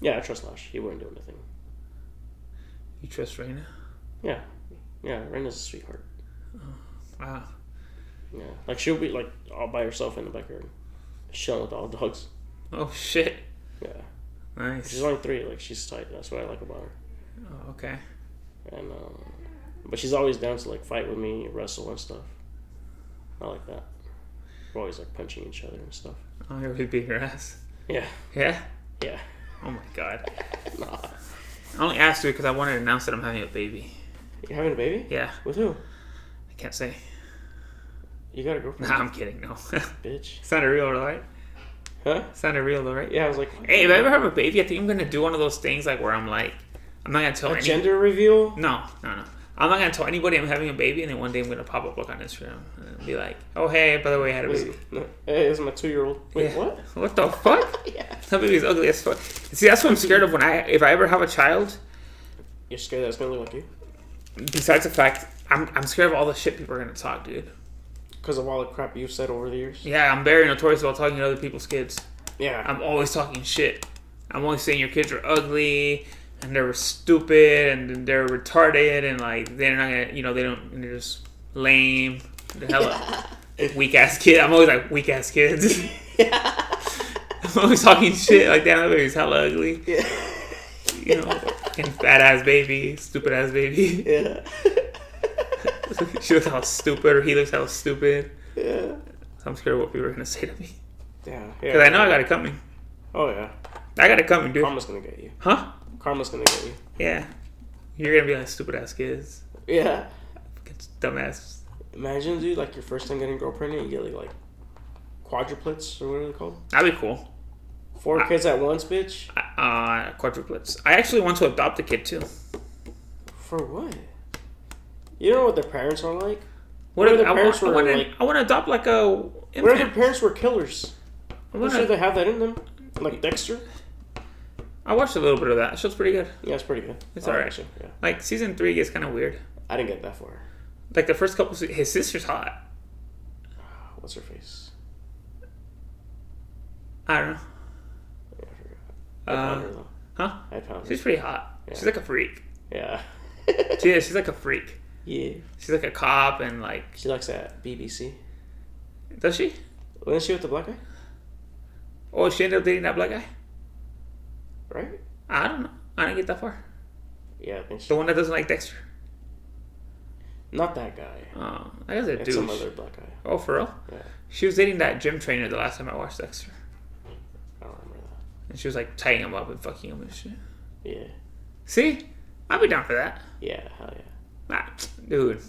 Speaker 5: Yeah, I trust Lash. He wouldn't do anything.
Speaker 4: You trust Raina?
Speaker 5: Yeah, yeah. Rena's a sweetheart.
Speaker 4: Wow.
Speaker 5: Yeah, like she'll be like all by herself in the backyard, chilling with all the dogs.
Speaker 4: Oh shit.
Speaker 5: Yeah, she's
Speaker 4: Nice.
Speaker 5: only three. Like she's tight. That's what I like about her.
Speaker 4: Oh, okay.
Speaker 5: And um, but she's always down to like fight with me, wrestle and stuff. I like that. We're always like punching each other and stuff.
Speaker 4: Oh, here would beat her ass.
Speaker 5: Yeah,
Speaker 4: Yeah.
Speaker 5: yeah.
Speaker 4: Oh my god.
Speaker 5: Nah.
Speaker 4: I only asked her because I wanted to announce that I'm having a baby.
Speaker 5: You having a baby?
Speaker 4: Yeah.
Speaker 5: With who?
Speaker 4: I can't say.
Speaker 5: You got a girlfriend?
Speaker 4: Nah, I'm kidding. No.
Speaker 5: Bitch.
Speaker 4: Sounded real, though, right?
Speaker 5: Huh?
Speaker 4: Sounded real, though, right?
Speaker 5: Yeah, I was like,
Speaker 4: Hey, if I ever have a baby, I think I'm gonna do one of those things like where I'm like, I'm not gonna tell any-
Speaker 5: gender reveal.
Speaker 4: No, no, no. I'm not gonna tell anybody I'm having a baby, and then one day I'm gonna pop a book on Instagram and be like, "Oh hey, by the way, I had a
Speaker 5: This-
Speaker 4: baby."
Speaker 5: no, Hey, this is my two-year-old. Wait,
Speaker 4: Yeah.
Speaker 5: what?
Speaker 4: What the fuck?
Speaker 5: Yeah.
Speaker 4: That baby's ugly as fuck. See, that's what I'm scared of when I, if I ever have a child.
Speaker 5: You're scared that it's gonna look like you?
Speaker 4: Besides the fact, I'm, I'm scared of all the shit people are gonna talk, dude.
Speaker 5: Because of all the crap you've said over the years.
Speaker 4: Yeah, I'm very notorious about talking to other people's kids.
Speaker 5: Yeah.
Speaker 4: I'm always talking shit. I'm always saying your kids are ugly. and they're stupid and they're retarded and like they're not gonna you know they don't and they're just lame. They're hella weak ass kid. I'm always like weak ass kids. I'm always talking shit like that. I'm always hella ugly.
Speaker 5: Yeah.
Speaker 4: You know, fucking fat ass baby, stupid ass baby.
Speaker 5: Yeah.
Speaker 4: she looks how stupid or he looks how stupid.
Speaker 5: yeah.
Speaker 4: I'm scared of what people are gonna say to me.
Speaker 5: Yeah.
Speaker 4: Cause I know I got it coming.
Speaker 5: Oh yeah.
Speaker 4: I got it coming, dude.
Speaker 5: Karma's gonna get you.
Speaker 4: Huh?
Speaker 5: Karma's gonna get you.
Speaker 4: Yeah. You're gonna be like stupid ass kids,
Speaker 5: Yeah.
Speaker 4: dumbass.
Speaker 5: Imagine, dude, like your first time getting a girl pregnant, you get like, like quadruplets or what are they called?
Speaker 4: That'd be cool.
Speaker 5: Four kids at once, bitch.
Speaker 4: Uh, quadruplets. I actually want to adopt a kid too.
Speaker 5: For what? You know what their parents are like?
Speaker 4: What
Speaker 5: What
Speaker 4: if
Speaker 5: if
Speaker 4: I
Speaker 5: the parents
Speaker 4: want? I
Speaker 5: were,
Speaker 4: want, to,
Speaker 5: like-
Speaker 4: I want to adopt like a.
Speaker 5: What if
Speaker 4: Infant.
Speaker 5: their parents were killers?
Speaker 4: I,
Speaker 5: I'm
Speaker 4: wanna-
Speaker 5: sure they have that in them. Like Dexter.
Speaker 4: I watched a little bit of that. Show's pretty good.
Speaker 5: Yeah, it's pretty good.
Speaker 4: It's
Speaker 5: I like
Speaker 4: alright.
Speaker 5: that shit, Yeah.
Speaker 4: Like season three gets kind of weird.
Speaker 5: I didn't get that far.
Speaker 4: Like the first couple, se- his sister's hot.
Speaker 5: What's her face?
Speaker 4: I don't know.
Speaker 5: Yeah, I forgot. I found her
Speaker 4: Uh,
Speaker 5: though.
Speaker 4: huh?
Speaker 5: I found her.
Speaker 4: She's pretty hot. She's like a freak.
Speaker 5: Yeah.
Speaker 4: She is. She's like a freak.
Speaker 5: yeah.
Speaker 4: She's like a cop and like.
Speaker 5: She likes that BBC.
Speaker 4: Does she?
Speaker 5: Wasn't she with the black guy?
Speaker 4: Oh, she ended up dating that black guy.
Speaker 5: Right?
Speaker 4: I don't know. I didn't get that far.
Speaker 5: Yeah, I think she.
Speaker 4: The one that doesn't like Dexter.
Speaker 5: Not that guy.
Speaker 4: Oh, I guess a
Speaker 5: It's
Speaker 4: douche.
Speaker 5: some other black guy.
Speaker 4: Oh, for real?
Speaker 5: Yeah.
Speaker 4: She was dating that gym trainer the last time I watched Dexter.
Speaker 5: I don't remember that.
Speaker 4: And she was like tying him up and fucking him and shit.
Speaker 5: Yeah.
Speaker 4: See? I'd be down for that.
Speaker 5: Yeah, hell yeah.
Speaker 4: Ah, dude,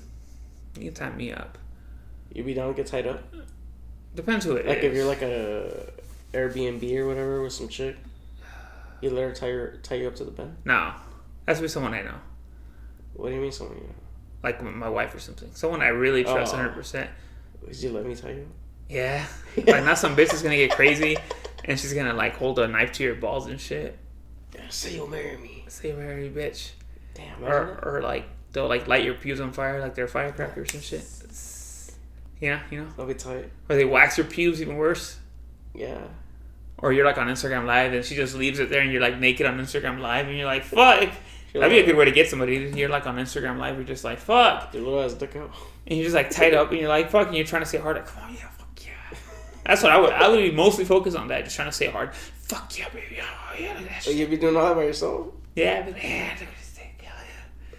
Speaker 4: you can tie me up.
Speaker 5: You be down to get tied up?
Speaker 4: Depends who it is.
Speaker 5: Like if you're like a Airbnb or whatever with some chick, you let her tie, your, tie you up to the bed?
Speaker 4: No. That's with someone I know.
Speaker 5: What do you mean someone you know?
Speaker 4: Like my wife or something. Someone I really trust
Speaker 5: Oh.
Speaker 4: 100%.
Speaker 5: Would you let me tie you up?
Speaker 4: Yeah. Like, not some bitch is gonna get crazy and she's gonna like hold a knife to your balls and shit.
Speaker 5: Yeah, say you'll marry me.
Speaker 4: Say, Mary, bitch.
Speaker 5: Damn,
Speaker 4: or
Speaker 5: or,
Speaker 4: or like they'll like light your pews on fire like they're firecrackers and shit. Yeah, you know,
Speaker 5: I'll be tight.
Speaker 4: or they wax your pubes even worse.
Speaker 5: Yeah.
Speaker 4: Or you're like on Instagram Live and she just leaves it there and you're like naked on Instagram Live and you're like fuck. That'd be a good way to get somebody. You're like on Instagram Live, you're just like fuck,
Speaker 5: Your little ass dick out.
Speaker 4: and you're just like tied up and you're like fuck, and you're trying to say hard like come on yeah fuck yeah. That's what I would. I would be mostly focused on that, just trying to say hard. Fuck yeah, baby. Oh yeah, look at that shit.
Speaker 5: You'd be doing all that by yourself?
Speaker 4: Yeah, I'd be like, yeah, look at this thing. Yeah,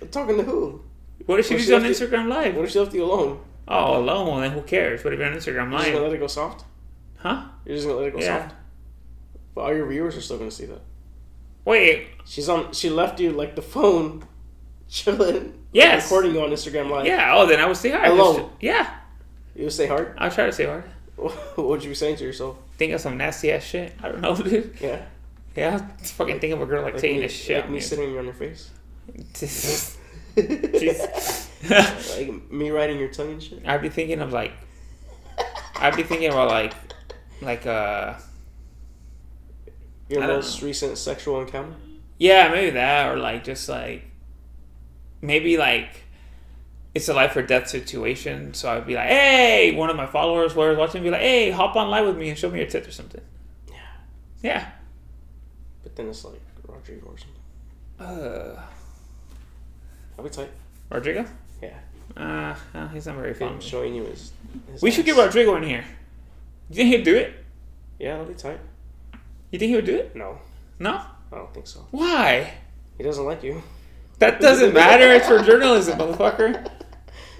Speaker 4: yeah.
Speaker 5: Talking to who?
Speaker 4: What if she
Speaker 5: Well,
Speaker 4: was
Speaker 5: she
Speaker 4: on
Speaker 5: has to-
Speaker 4: Instagram Live?
Speaker 5: What if she left you alone?
Speaker 4: Oh, alone. Well, then who cares? But if you're on Instagram
Speaker 5: You're just gonna
Speaker 4: Live,
Speaker 5: let it go soft?
Speaker 4: huh?
Speaker 5: You're just gonna let it go
Speaker 4: Yeah.
Speaker 5: soft? But all your viewers are still gonna see that.
Speaker 4: Wait.
Speaker 5: She's on. She left you like the phone, chilling.
Speaker 4: Yes.
Speaker 5: Recording you on Instagram Live.
Speaker 4: Yeah. Oh, then I would say hard.
Speaker 5: Alone.
Speaker 4: Yeah.
Speaker 5: You would say hard.
Speaker 4: I'll try to say hard.
Speaker 5: what would you be saying to yourself?
Speaker 4: Think of some nasty ass shit. I don't know, dude.
Speaker 5: Yeah.
Speaker 4: Yeah. I fucking think of a girl like,
Speaker 5: Like
Speaker 4: taking
Speaker 5: me,
Speaker 4: a shit.
Speaker 5: like me sitting on your face.
Speaker 4: Jeez.
Speaker 5: like me riding your tongue and shit.
Speaker 4: I'd be thinking of like. I'd be thinking about like, like uh,
Speaker 5: Your
Speaker 4: I don't
Speaker 5: most recent sexual encounter.
Speaker 4: yeah, maybe that or like just like, maybe like. It's a life or death situation, so I'd be like, "Hey, one of my followers was watching, be like, hey, hop on live with me and show me your tits or something." Yeah, yeah.
Speaker 5: But then it's like Rodrigo or something.
Speaker 4: Uh,
Speaker 5: I'll be tight.
Speaker 4: Rodrigo?
Speaker 5: Yeah.
Speaker 4: Uh, uh, he's not very fond
Speaker 5: I'm
Speaker 4: of me.
Speaker 5: showing you his. his
Speaker 4: We should
Speaker 5: ass.
Speaker 4: get Rodrigo in here. You think he'd do it?
Speaker 5: Yeah, that'll be tight.
Speaker 4: You think he would do it?
Speaker 5: No,
Speaker 4: No?
Speaker 5: I don't think so.
Speaker 4: Why?
Speaker 5: He doesn't like you.
Speaker 4: That doesn't matter. It's for journalism, motherfucker.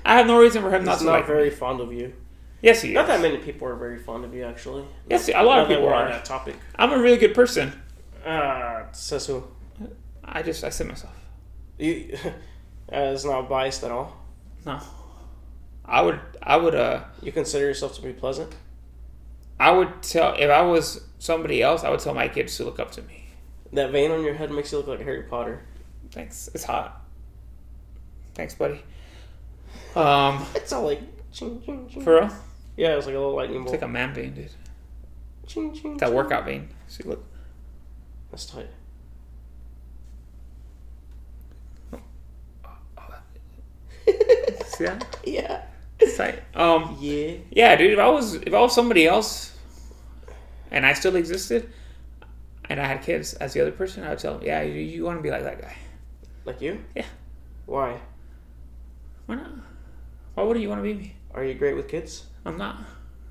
Speaker 4: I have no reason for him not
Speaker 5: He's
Speaker 4: to
Speaker 5: not
Speaker 4: like
Speaker 5: very fond of you.
Speaker 4: Yes, he is.
Speaker 5: Not that many people are very fond of you, actually.
Speaker 4: Yes, a lot
Speaker 5: Now
Speaker 4: of
Speaker 5: that
Speaker 4: people
Speaker 5: we're on
Speaker 4: are.
Speaker 5: that topic.
Speaker 4: I'm a really good person.
Speaker 5: Ah, says who?
Speaker 4: I just, I said myself.
Speaker 5: You, uh, it's not biased at all.
Speaker 4: No. I would, I would, uh,
Speaker 5: You consider yourself to be pleasant.
Speaker 4: I would tell, if I was somebody else, I would tell my kids to look up to me.
Speaker 5: That vein on your head makes you look like Harry Potter.
Speaker 4: Thanks. It's hot. Thanks, buddy. Um,
Speaker 5: It's all like ching ching ching.
Speaker 4: for real?
Speaker 5: yeah, it's like a little lightning
Speaker 4: It's
Speaker 5: bolt.
Speaker 4: like a man vein, dude.
Speaker 5: ching ching.
Speaker 4: That
Speaker 5: ching.
Speaker 4: workout vein. See, look.
Speaker 5: That's tight.
Speaker 4: See that?
Speaker 5: Yeah.
Speaker 4: It's tight. Um,
Speaker 5: Yeah.
Speaker 4: yeah, dude. If I was, if I was somebody else, and I still existed, and I had kids as the other person, I would tell them, yeah, you, you want to be like that guy.
Speaker 5: Like you?
Speaker 4: Yeah.
Speaker 5: Why?
Speaker 4: Why not? Why wouldn't you want to be me?
Speaker 5: Are you great with kids?
Speaker 4: I'm not.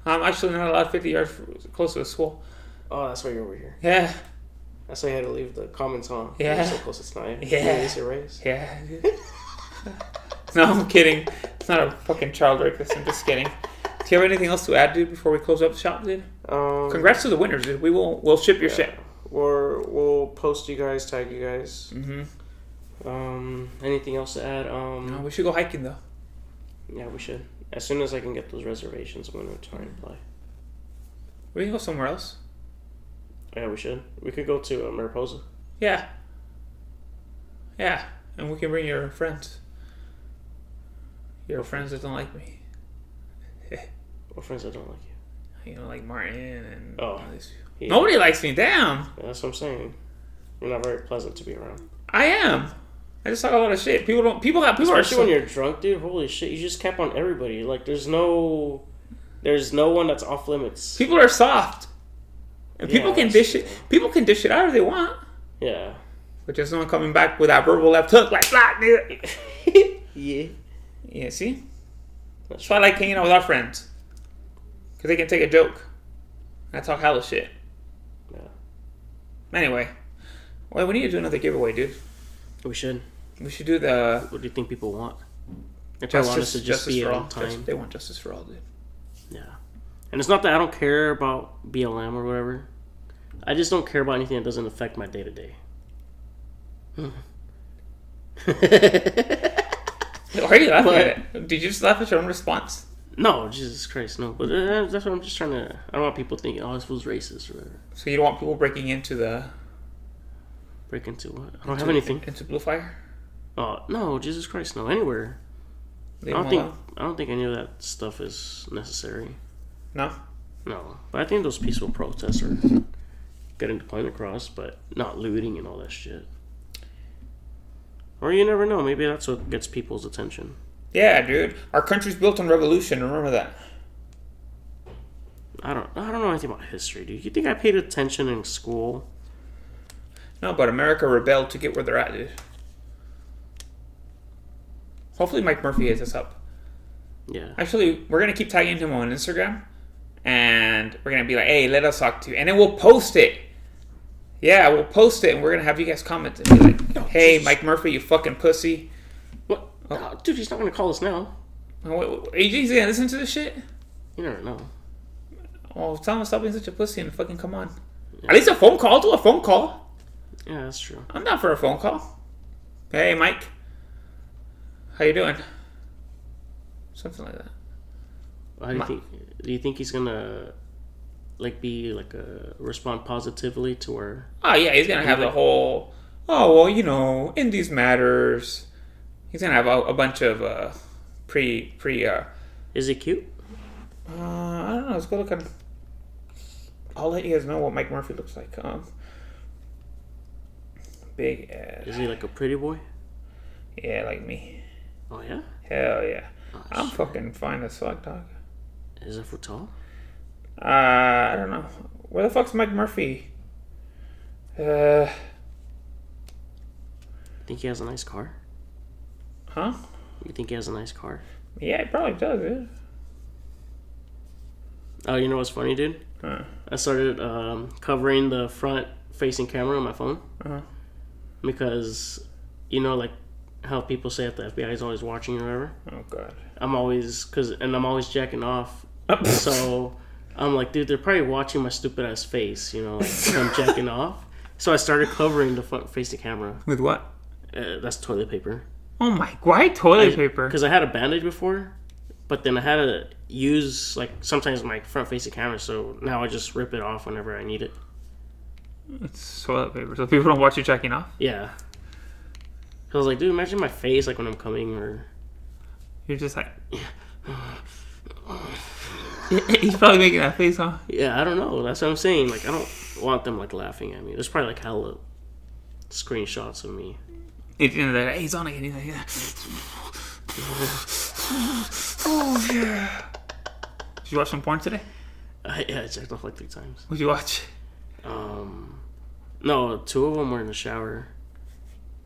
Speaker 4: I'm actually not allowed 50 yards f- close to a school.
Speaker 5: Oh, that's why you're over here.
Speaker 4: Yeah.
Speaker 5: That's why you had to leave the comments on.
Speaker 4: Yeah.
Speaker 5: You're so close, it's not.
Speaker 4: Yeah.
Speaker 5: It's your race.
Speaker 4: Yeah. no, I'm kidding. It's not a fucking child rapist. I'm just kidding. Do you have anything else to add, dude, before we close up shop, dude?
Speaker 5: Um,
Speaker 4: Congrats to the winners, dude. We will we'll ship your shit.
Speaker 5: Or we'll post you guys, tag you guys. Mm-hmm. Um, anything else to add? Um,
Speaker 4: No, we should go hiking though.
Speaker 5: Yeah, we should. As soon as I can get those reservations, I'm gonna try and play.
Speaker 4: We can go somewhere else.
Speaker 5: Yeah, we should. We could go to uh, Mariposa.
Speaker 4: Yeah. Yeah. And we can bring your friends. Your friends that don't like me.
Speaker 5: Or friends that don't like you.
Speaker 4: You know, like Martin and
Speaker 5: Oh.
Speaker 4: all these people.
Speaker 5: Yeah.
Speaker 4: Nobody likes me. Damn.
Speaker 5: Yeah, that's what I'm saying. You're not very pleasant to be around.
Speaker 4: I am. I just talk a lot of shit. People don't. People have. People
Speaker 5: Especially
Speaker 4: are.
Speaker 5: when
Speaker 4: So,
Speaker 5: you're drunk, dude. Holy shit! You just cap on everybody. Like, there's no, there's no one that's off limits.
Speaker 4: people are soft. And people
Speaker 5: Yeah,
Speaker 4: can
Speaker 5: that's
Speaker 4: dish it. People can dish it out if they want.
Speaker 5: Yeah.
Speaker 4: But there's no one coming back with that verbal left hook like that, nigga.
Speaker 5: Yeah.
Speaker 4: yeah. See.
Speaker 5: That's
Speaker 4: That's why I like hanging out with our friends. Cause they can take a joke. And I talk hella shit.
Speaker 5: Yeah.
Speaker 4: Anyway. Well, we need to do another giveaway, dude.
Speaker 5: We should.
Speaker 4: We should do the
Speaker 5: What do you think people want? They probably want us
Speaker 4: justice,
Speaker 5: to just
Speaker 4: justice
Speaker 5: be
Speaker 4: for all.
Speaker 5: on time.
Speaker 4: Just- they want justice for all, dude.
Speaker 5: Yeah. And it's not that I don't care about BLM or whatever. I just don't care about anything that doesn't affect my day to day. Hmm.
Speaker 4: Why are you laughing at it? Did you just laugh at your own response?
Speaker 5: No, Jesus Christ, no. But uh, that's what I'm just trying to. I don't want people thinking, oh, this was racist or whatever.
Speaker 4: So you don't want people breaking into the
Speaker 5: Break into what? I don't have anything.
Speaker 4: into Blue Fire?
Speaker 5: Oh no, Jesus Christ, no. Anywhere.
Speaker 4: They
Speaker 5: I don't
Speaker 4: won't
Speaker 5: think.
Speaker 4: allow-
Speaker 5: I don't think any of that stuff is necessary.
Speaker 4: No.
Speaker 5: No, but I think those peaceful protests are getting the point across, but not looting and all that shit. Or you never know. Maybe that's what gets people's attention.
Speaker 4: Yeah, dude. Our country's built on revolution. Remember that.
Speaker 5: I don't. I don't know anything about history, dude. You think I paid attention in school?
Speaker 4: No, but America rebelled to get where they're at, dude. Hopefully, Mike Murphy hits us up.
Speaker 5: Yeah.
Speaker 4: Actually, we're gonna keep tagging him on Instagram, and we're gonna be like, "Hey, let us talk to you," and then we'll post it. Yeah, we'll post it, and we're gonna have you guys comment and be like, "Hey, Mike Murphy, you fucking pussy."
Speaker 5: What?
Speaker 4: Oh.
Speaker 5: No, dude, he's not gonna call us now.
Speaker 4: Wait, wait, wait, AJ's gonna listen to this shit.
Speaker 5: You never know.
Speaker 4: Oh, tell him to stop being such a pussy and fucking come on. At least a phone call. Do a phone call.
Speaker 5: Yeah, that's true.
Speaker 4: I'm down for a phone call. Hey, Mike. How you doing? Something like that.
Speaker 5: How do you
Speaker 4: My-
Speaker 5: think? Do you think he's gonna like be like a respond positively to our?
Speaker 4: Oh yeah, he's gonna have the whole. Oh well, you know, in these matters, he's gonna have a, a bunch of uh, pre pre. Uh,
Speaker 5: Is he cute?
Speaker 4: uh, I don't know. Let's go look on. I'll let you guys know what Mike Murphy looks like. Um, big ass.
Speaker 5: Is he like a pretty boy?
Speaker 4: Yeah, like me.
Speaker 5: Oh yeah.
Speaker 4: Hell yeah.
Speaker 5: Oh,
Speaker 4: I'm
Speaker 5: shit.
Speaker 4: fucking fine as fuck, dog.
Speaker 5: Is that for tall?
Speaker 4: Uh, I don't know. Where the fuck's Mike Murphy? Uh,
Speaker 5: Think he has a nice car?
Speaker 4: huh?
Speaker 5: You think he has a nice car?
Speaker 4: Yeah, it probably does. Dude.
Speaker 5: Oh, you know what's funny, dude?
Speaker 4: Huh.
Speaker 5: I started um, covering the front facing camera on my phone
Speaker 4: Uh-huh.
Speaker 5: because, you know, like how people say that the FBI is always watching or whatever.
Speaker 4: Oh god.
Speaker 5: I'm always, cause, and I'm always jacking off. so I'm like, dude, they're probably watching my stupid ass face, you know, like when I'm jacking off. So I started covering the front facing camera.
Speaker 4: With what?
Speaker 5: Uh, that's toilet paper.
Speaker 4: Oh my! Why toilet paper?
Speaker 5: because I had a bandage before, but then I had to use like sometimes my front facing camera, so now I just rip it off whenever I need it.
Speaker 4: It's toilet paper, so people don't watch you checking off.
Speaker 5: Yeah. 'Cause I was like, dude, imagine my face like when I'm coming or
Speaker 4: You're just like. He's probably making that face, huh?
Speaker 5: yeah, I don't know. That's what I'm saying. Like I don't want them like laughing at me. There's probably like hella screenshots of me.
Speaker 4: It's in there. Hey, he's on again. He's like, yeah. oh yeah. Did you watch some porn today?
Speaker 5: yeah, I checked off like three times.
Speaker 4: What'd you watch?
Speaker 5: Um, No, two of them were in the shower.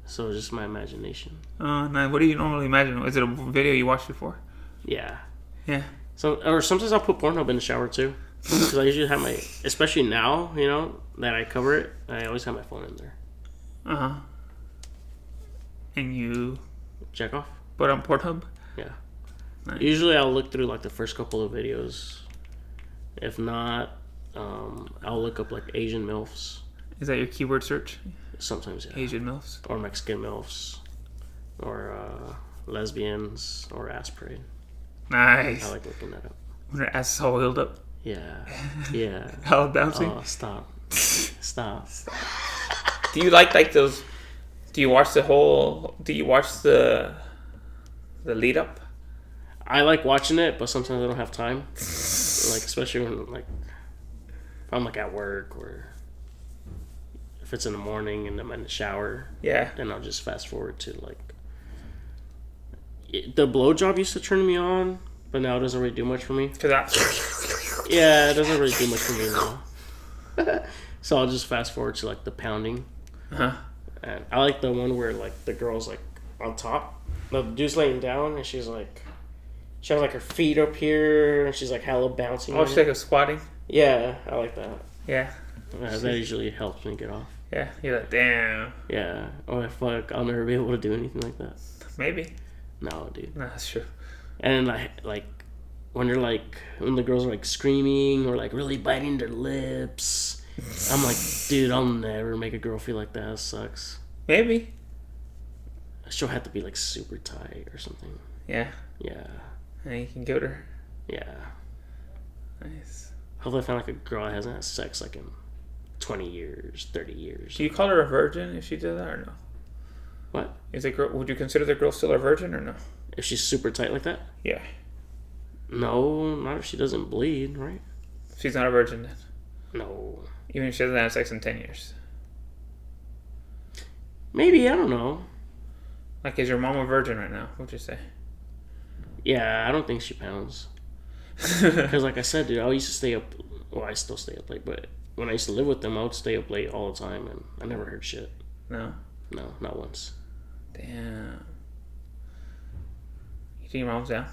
Speaker 5: So just my imagination.
Speaker 4: Uh, no, what do you normally imagine? Is it a video you watched it for?
Speaker 5: Yeah.
Speaker 4: Yeah.
Speaker 5: So or sometimes I'll put Pornhub in the shower too, because I usually have my, especially now, you know, that I cover it. I always have my phone in there.
Speaker 4: Uh huh. And you
Speaker 5: Check off.
Speaker 4: put on Pornhub?
Speaker 5: Yeah.
Speaker 4: Nice.
Speaker 5: Usually I'll look through like the first couple of videos. If not, um, I'll look up like Asian milfs.
Speaker 4: Is that your keyword search?
Speaker 5: Sometimes yeah.
Speaker 4: Asian MILFs.
Speaker 5: Or Mexican milfs, or uh, lesbians, or ass parade. I
Speaker 4: Nice.
Speaker 5: like looking that up.
Speaker 4: When her ass is all oiled up,
Speaker 5: Yeah. Yeah.
Speaker 4: all bouncing.
Speaker 5: Oh, stop. Stop.
Speaker 4: Do you like like those? Do you watch the whole? Do you watch the the lead up?
Speaker 5: I like watching it, but sometimes I don't have time. Like especially when like if I'm like at work or if it's in the morning and I'm in the shower,
Speaker 4: Yeah.
Speaker 5: then I'll just fast forward to like It- the blowjob used to turn me on, but now it doesn't really do much for me.
Speaker 4: Cause I,
Speaker 5: Yeah, it doesn't really do much for me now. so I'll just fast forward to like the pounding.
Speaker 4: Uh-huh.
Speaker 5: And I like the one where like the girl's like on top, the dude's laying down, and she's like, she has like her feet up here, and she's like hella bouncing.
Speaker 4: oh,
Speaker 5: on
Speaker 4: she's
Speaker 5: it.
Speaker 4: like a squatting.
Speaker 5: Yeah, I like that.
Speaker 4: Yeah.
Speaker 5: Uh, that usually helps me get off.
Speaker 4: Yeah. You're like, damn.
Speaker 5: Yeah. Oh fuck, I'll never be able to do anything like that.
Speaker 4: Maybe.
Speaker 5: No, dude.
Speaker 4: No, that's true.
Speaker 5: And like, like when they're like when the girls are like screaming or like really biting their lips, I'm like, dude, I'll never make a girl feel like that. That sucks.
Speaker 4: Maybe.
Speaker 5: She'll have to be like super tight or something.
Speaker 4: Yeah.
Speaker 5: Yeah.
Speaker 4: And you can go to her.
Speaker 5: Yeah.
Speaker 4: Nice.
Speaker 5: Hopefully, I found like a girl that hasn't had sex like in twenty years, thirty years.
Speaker 4: Do you call her a virgin if she did that or no?
Speaker 5: What
Speaker 4: Is the girl? Would you consider the girl still a virgin or no?
Speaker 5: if she's super tight like that?
Speaker 4: Yeah.
Speaker 5: No, not if she doesn't bleed, right?
Speaker 4: She's not a virgin then.
Speaker 5: No.
Speaker 4: Even if she hasn't had sex in ten years.
Speaker 5: Maybe I don't know.
Speaker 4: Like, is your mom a virgin right now? What'd you say?
Speaker 5: Yeah, I don't think she pounds. Because like I said, dude, I used to stay up. Well, I still stay up late, but when I used to live with them, I would stay up late all the time, and I never heard shit.
Speaker 4: no.
Speaker 5: No, not once.
Speaker 4: Damn. You think your mom's down?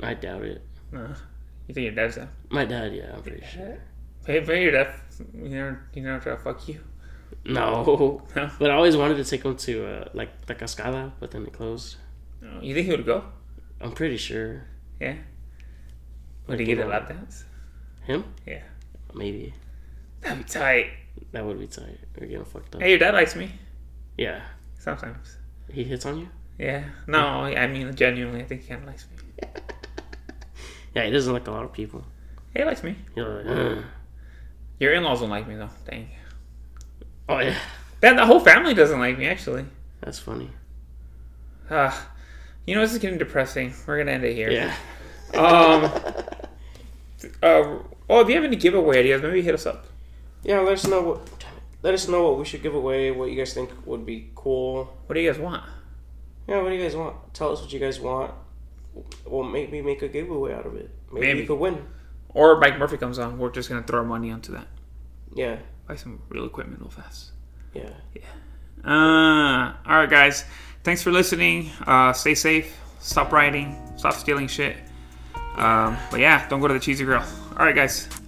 Speaker 5: I doubt it.
Speaker 4: No. Uh, You think your dad's down?
Speaker 5: My dad, yeah, I'm pretty sure.
Speaker 4: Hey, hey, your dad. You never, you never try to fuck you.
Speaker 5: No,
Speaker 4: No.
Speaker 5: but I always wanted to take him to uh, like the cascada, but then it closed.
Speaker 4: No. You think he would go?
Speaker 5: I'm pretty sure
Speaker 4: Yeah. Would he get a lap dance?
Speaker 5: him.
Speaker 4: Yeah.
Speaker 5: Maybe
Speaker 4: That'd be tight.
Speaker 5: that would be tight. We're getting fucked up.
Speaker 4: Hey, your dad likes me.
Speaker 5: Yeah,
Speaker 4: Sometimes.
Speaker 5: he hits on you.
Speaker 4: Yeah. No, I mean, genuinely, I think he kind of likes me.
Speaker 5: Yeah, he doesn't like a lot of people. uh,
Speaker 4: He likes me.
Speaker 5: He's like, "Ugh."
Speaker 4: Your in laws don't like me, though. Dang.
Speaker 5: oh yeah,
Speaker 4: That, the whole family doesn't like me, actually.
Speaker 5: that's funny.
Speaker 4: Ah, you know, this is getting depressing. We're going to end it here.
Speaker 5: Yeah.
Speaker 4: Um, uh, oh, if you have any giveaway ideas, maybe hit us up.
Speaker 5: Yeah, let us know what. Let us know what we should give away. What you guys think would be cool.
Speaker 4: What do you guys want?
Speaker 5: Yeah, what do you guys want? Tell us what you guys want. Well, maybe make a giveaway out of it. Maybe,
Speaker 4: Maybe.
Speaker 5: you could win.
Speaker 4: Or Mike Murphy comes on, we're just gonna throw our money onto that.
Speaker 5: Yeah,
Speaker 4: Buy some real equipment real fast.
Speaker 5: yeah.
Speaker 4: Uh, all right, guys. Thanks for listening. Uh, stay safe. Stop rioting. Stop stealing shit. Um, but yeah, don't go to the cheesy grill. All right, guys.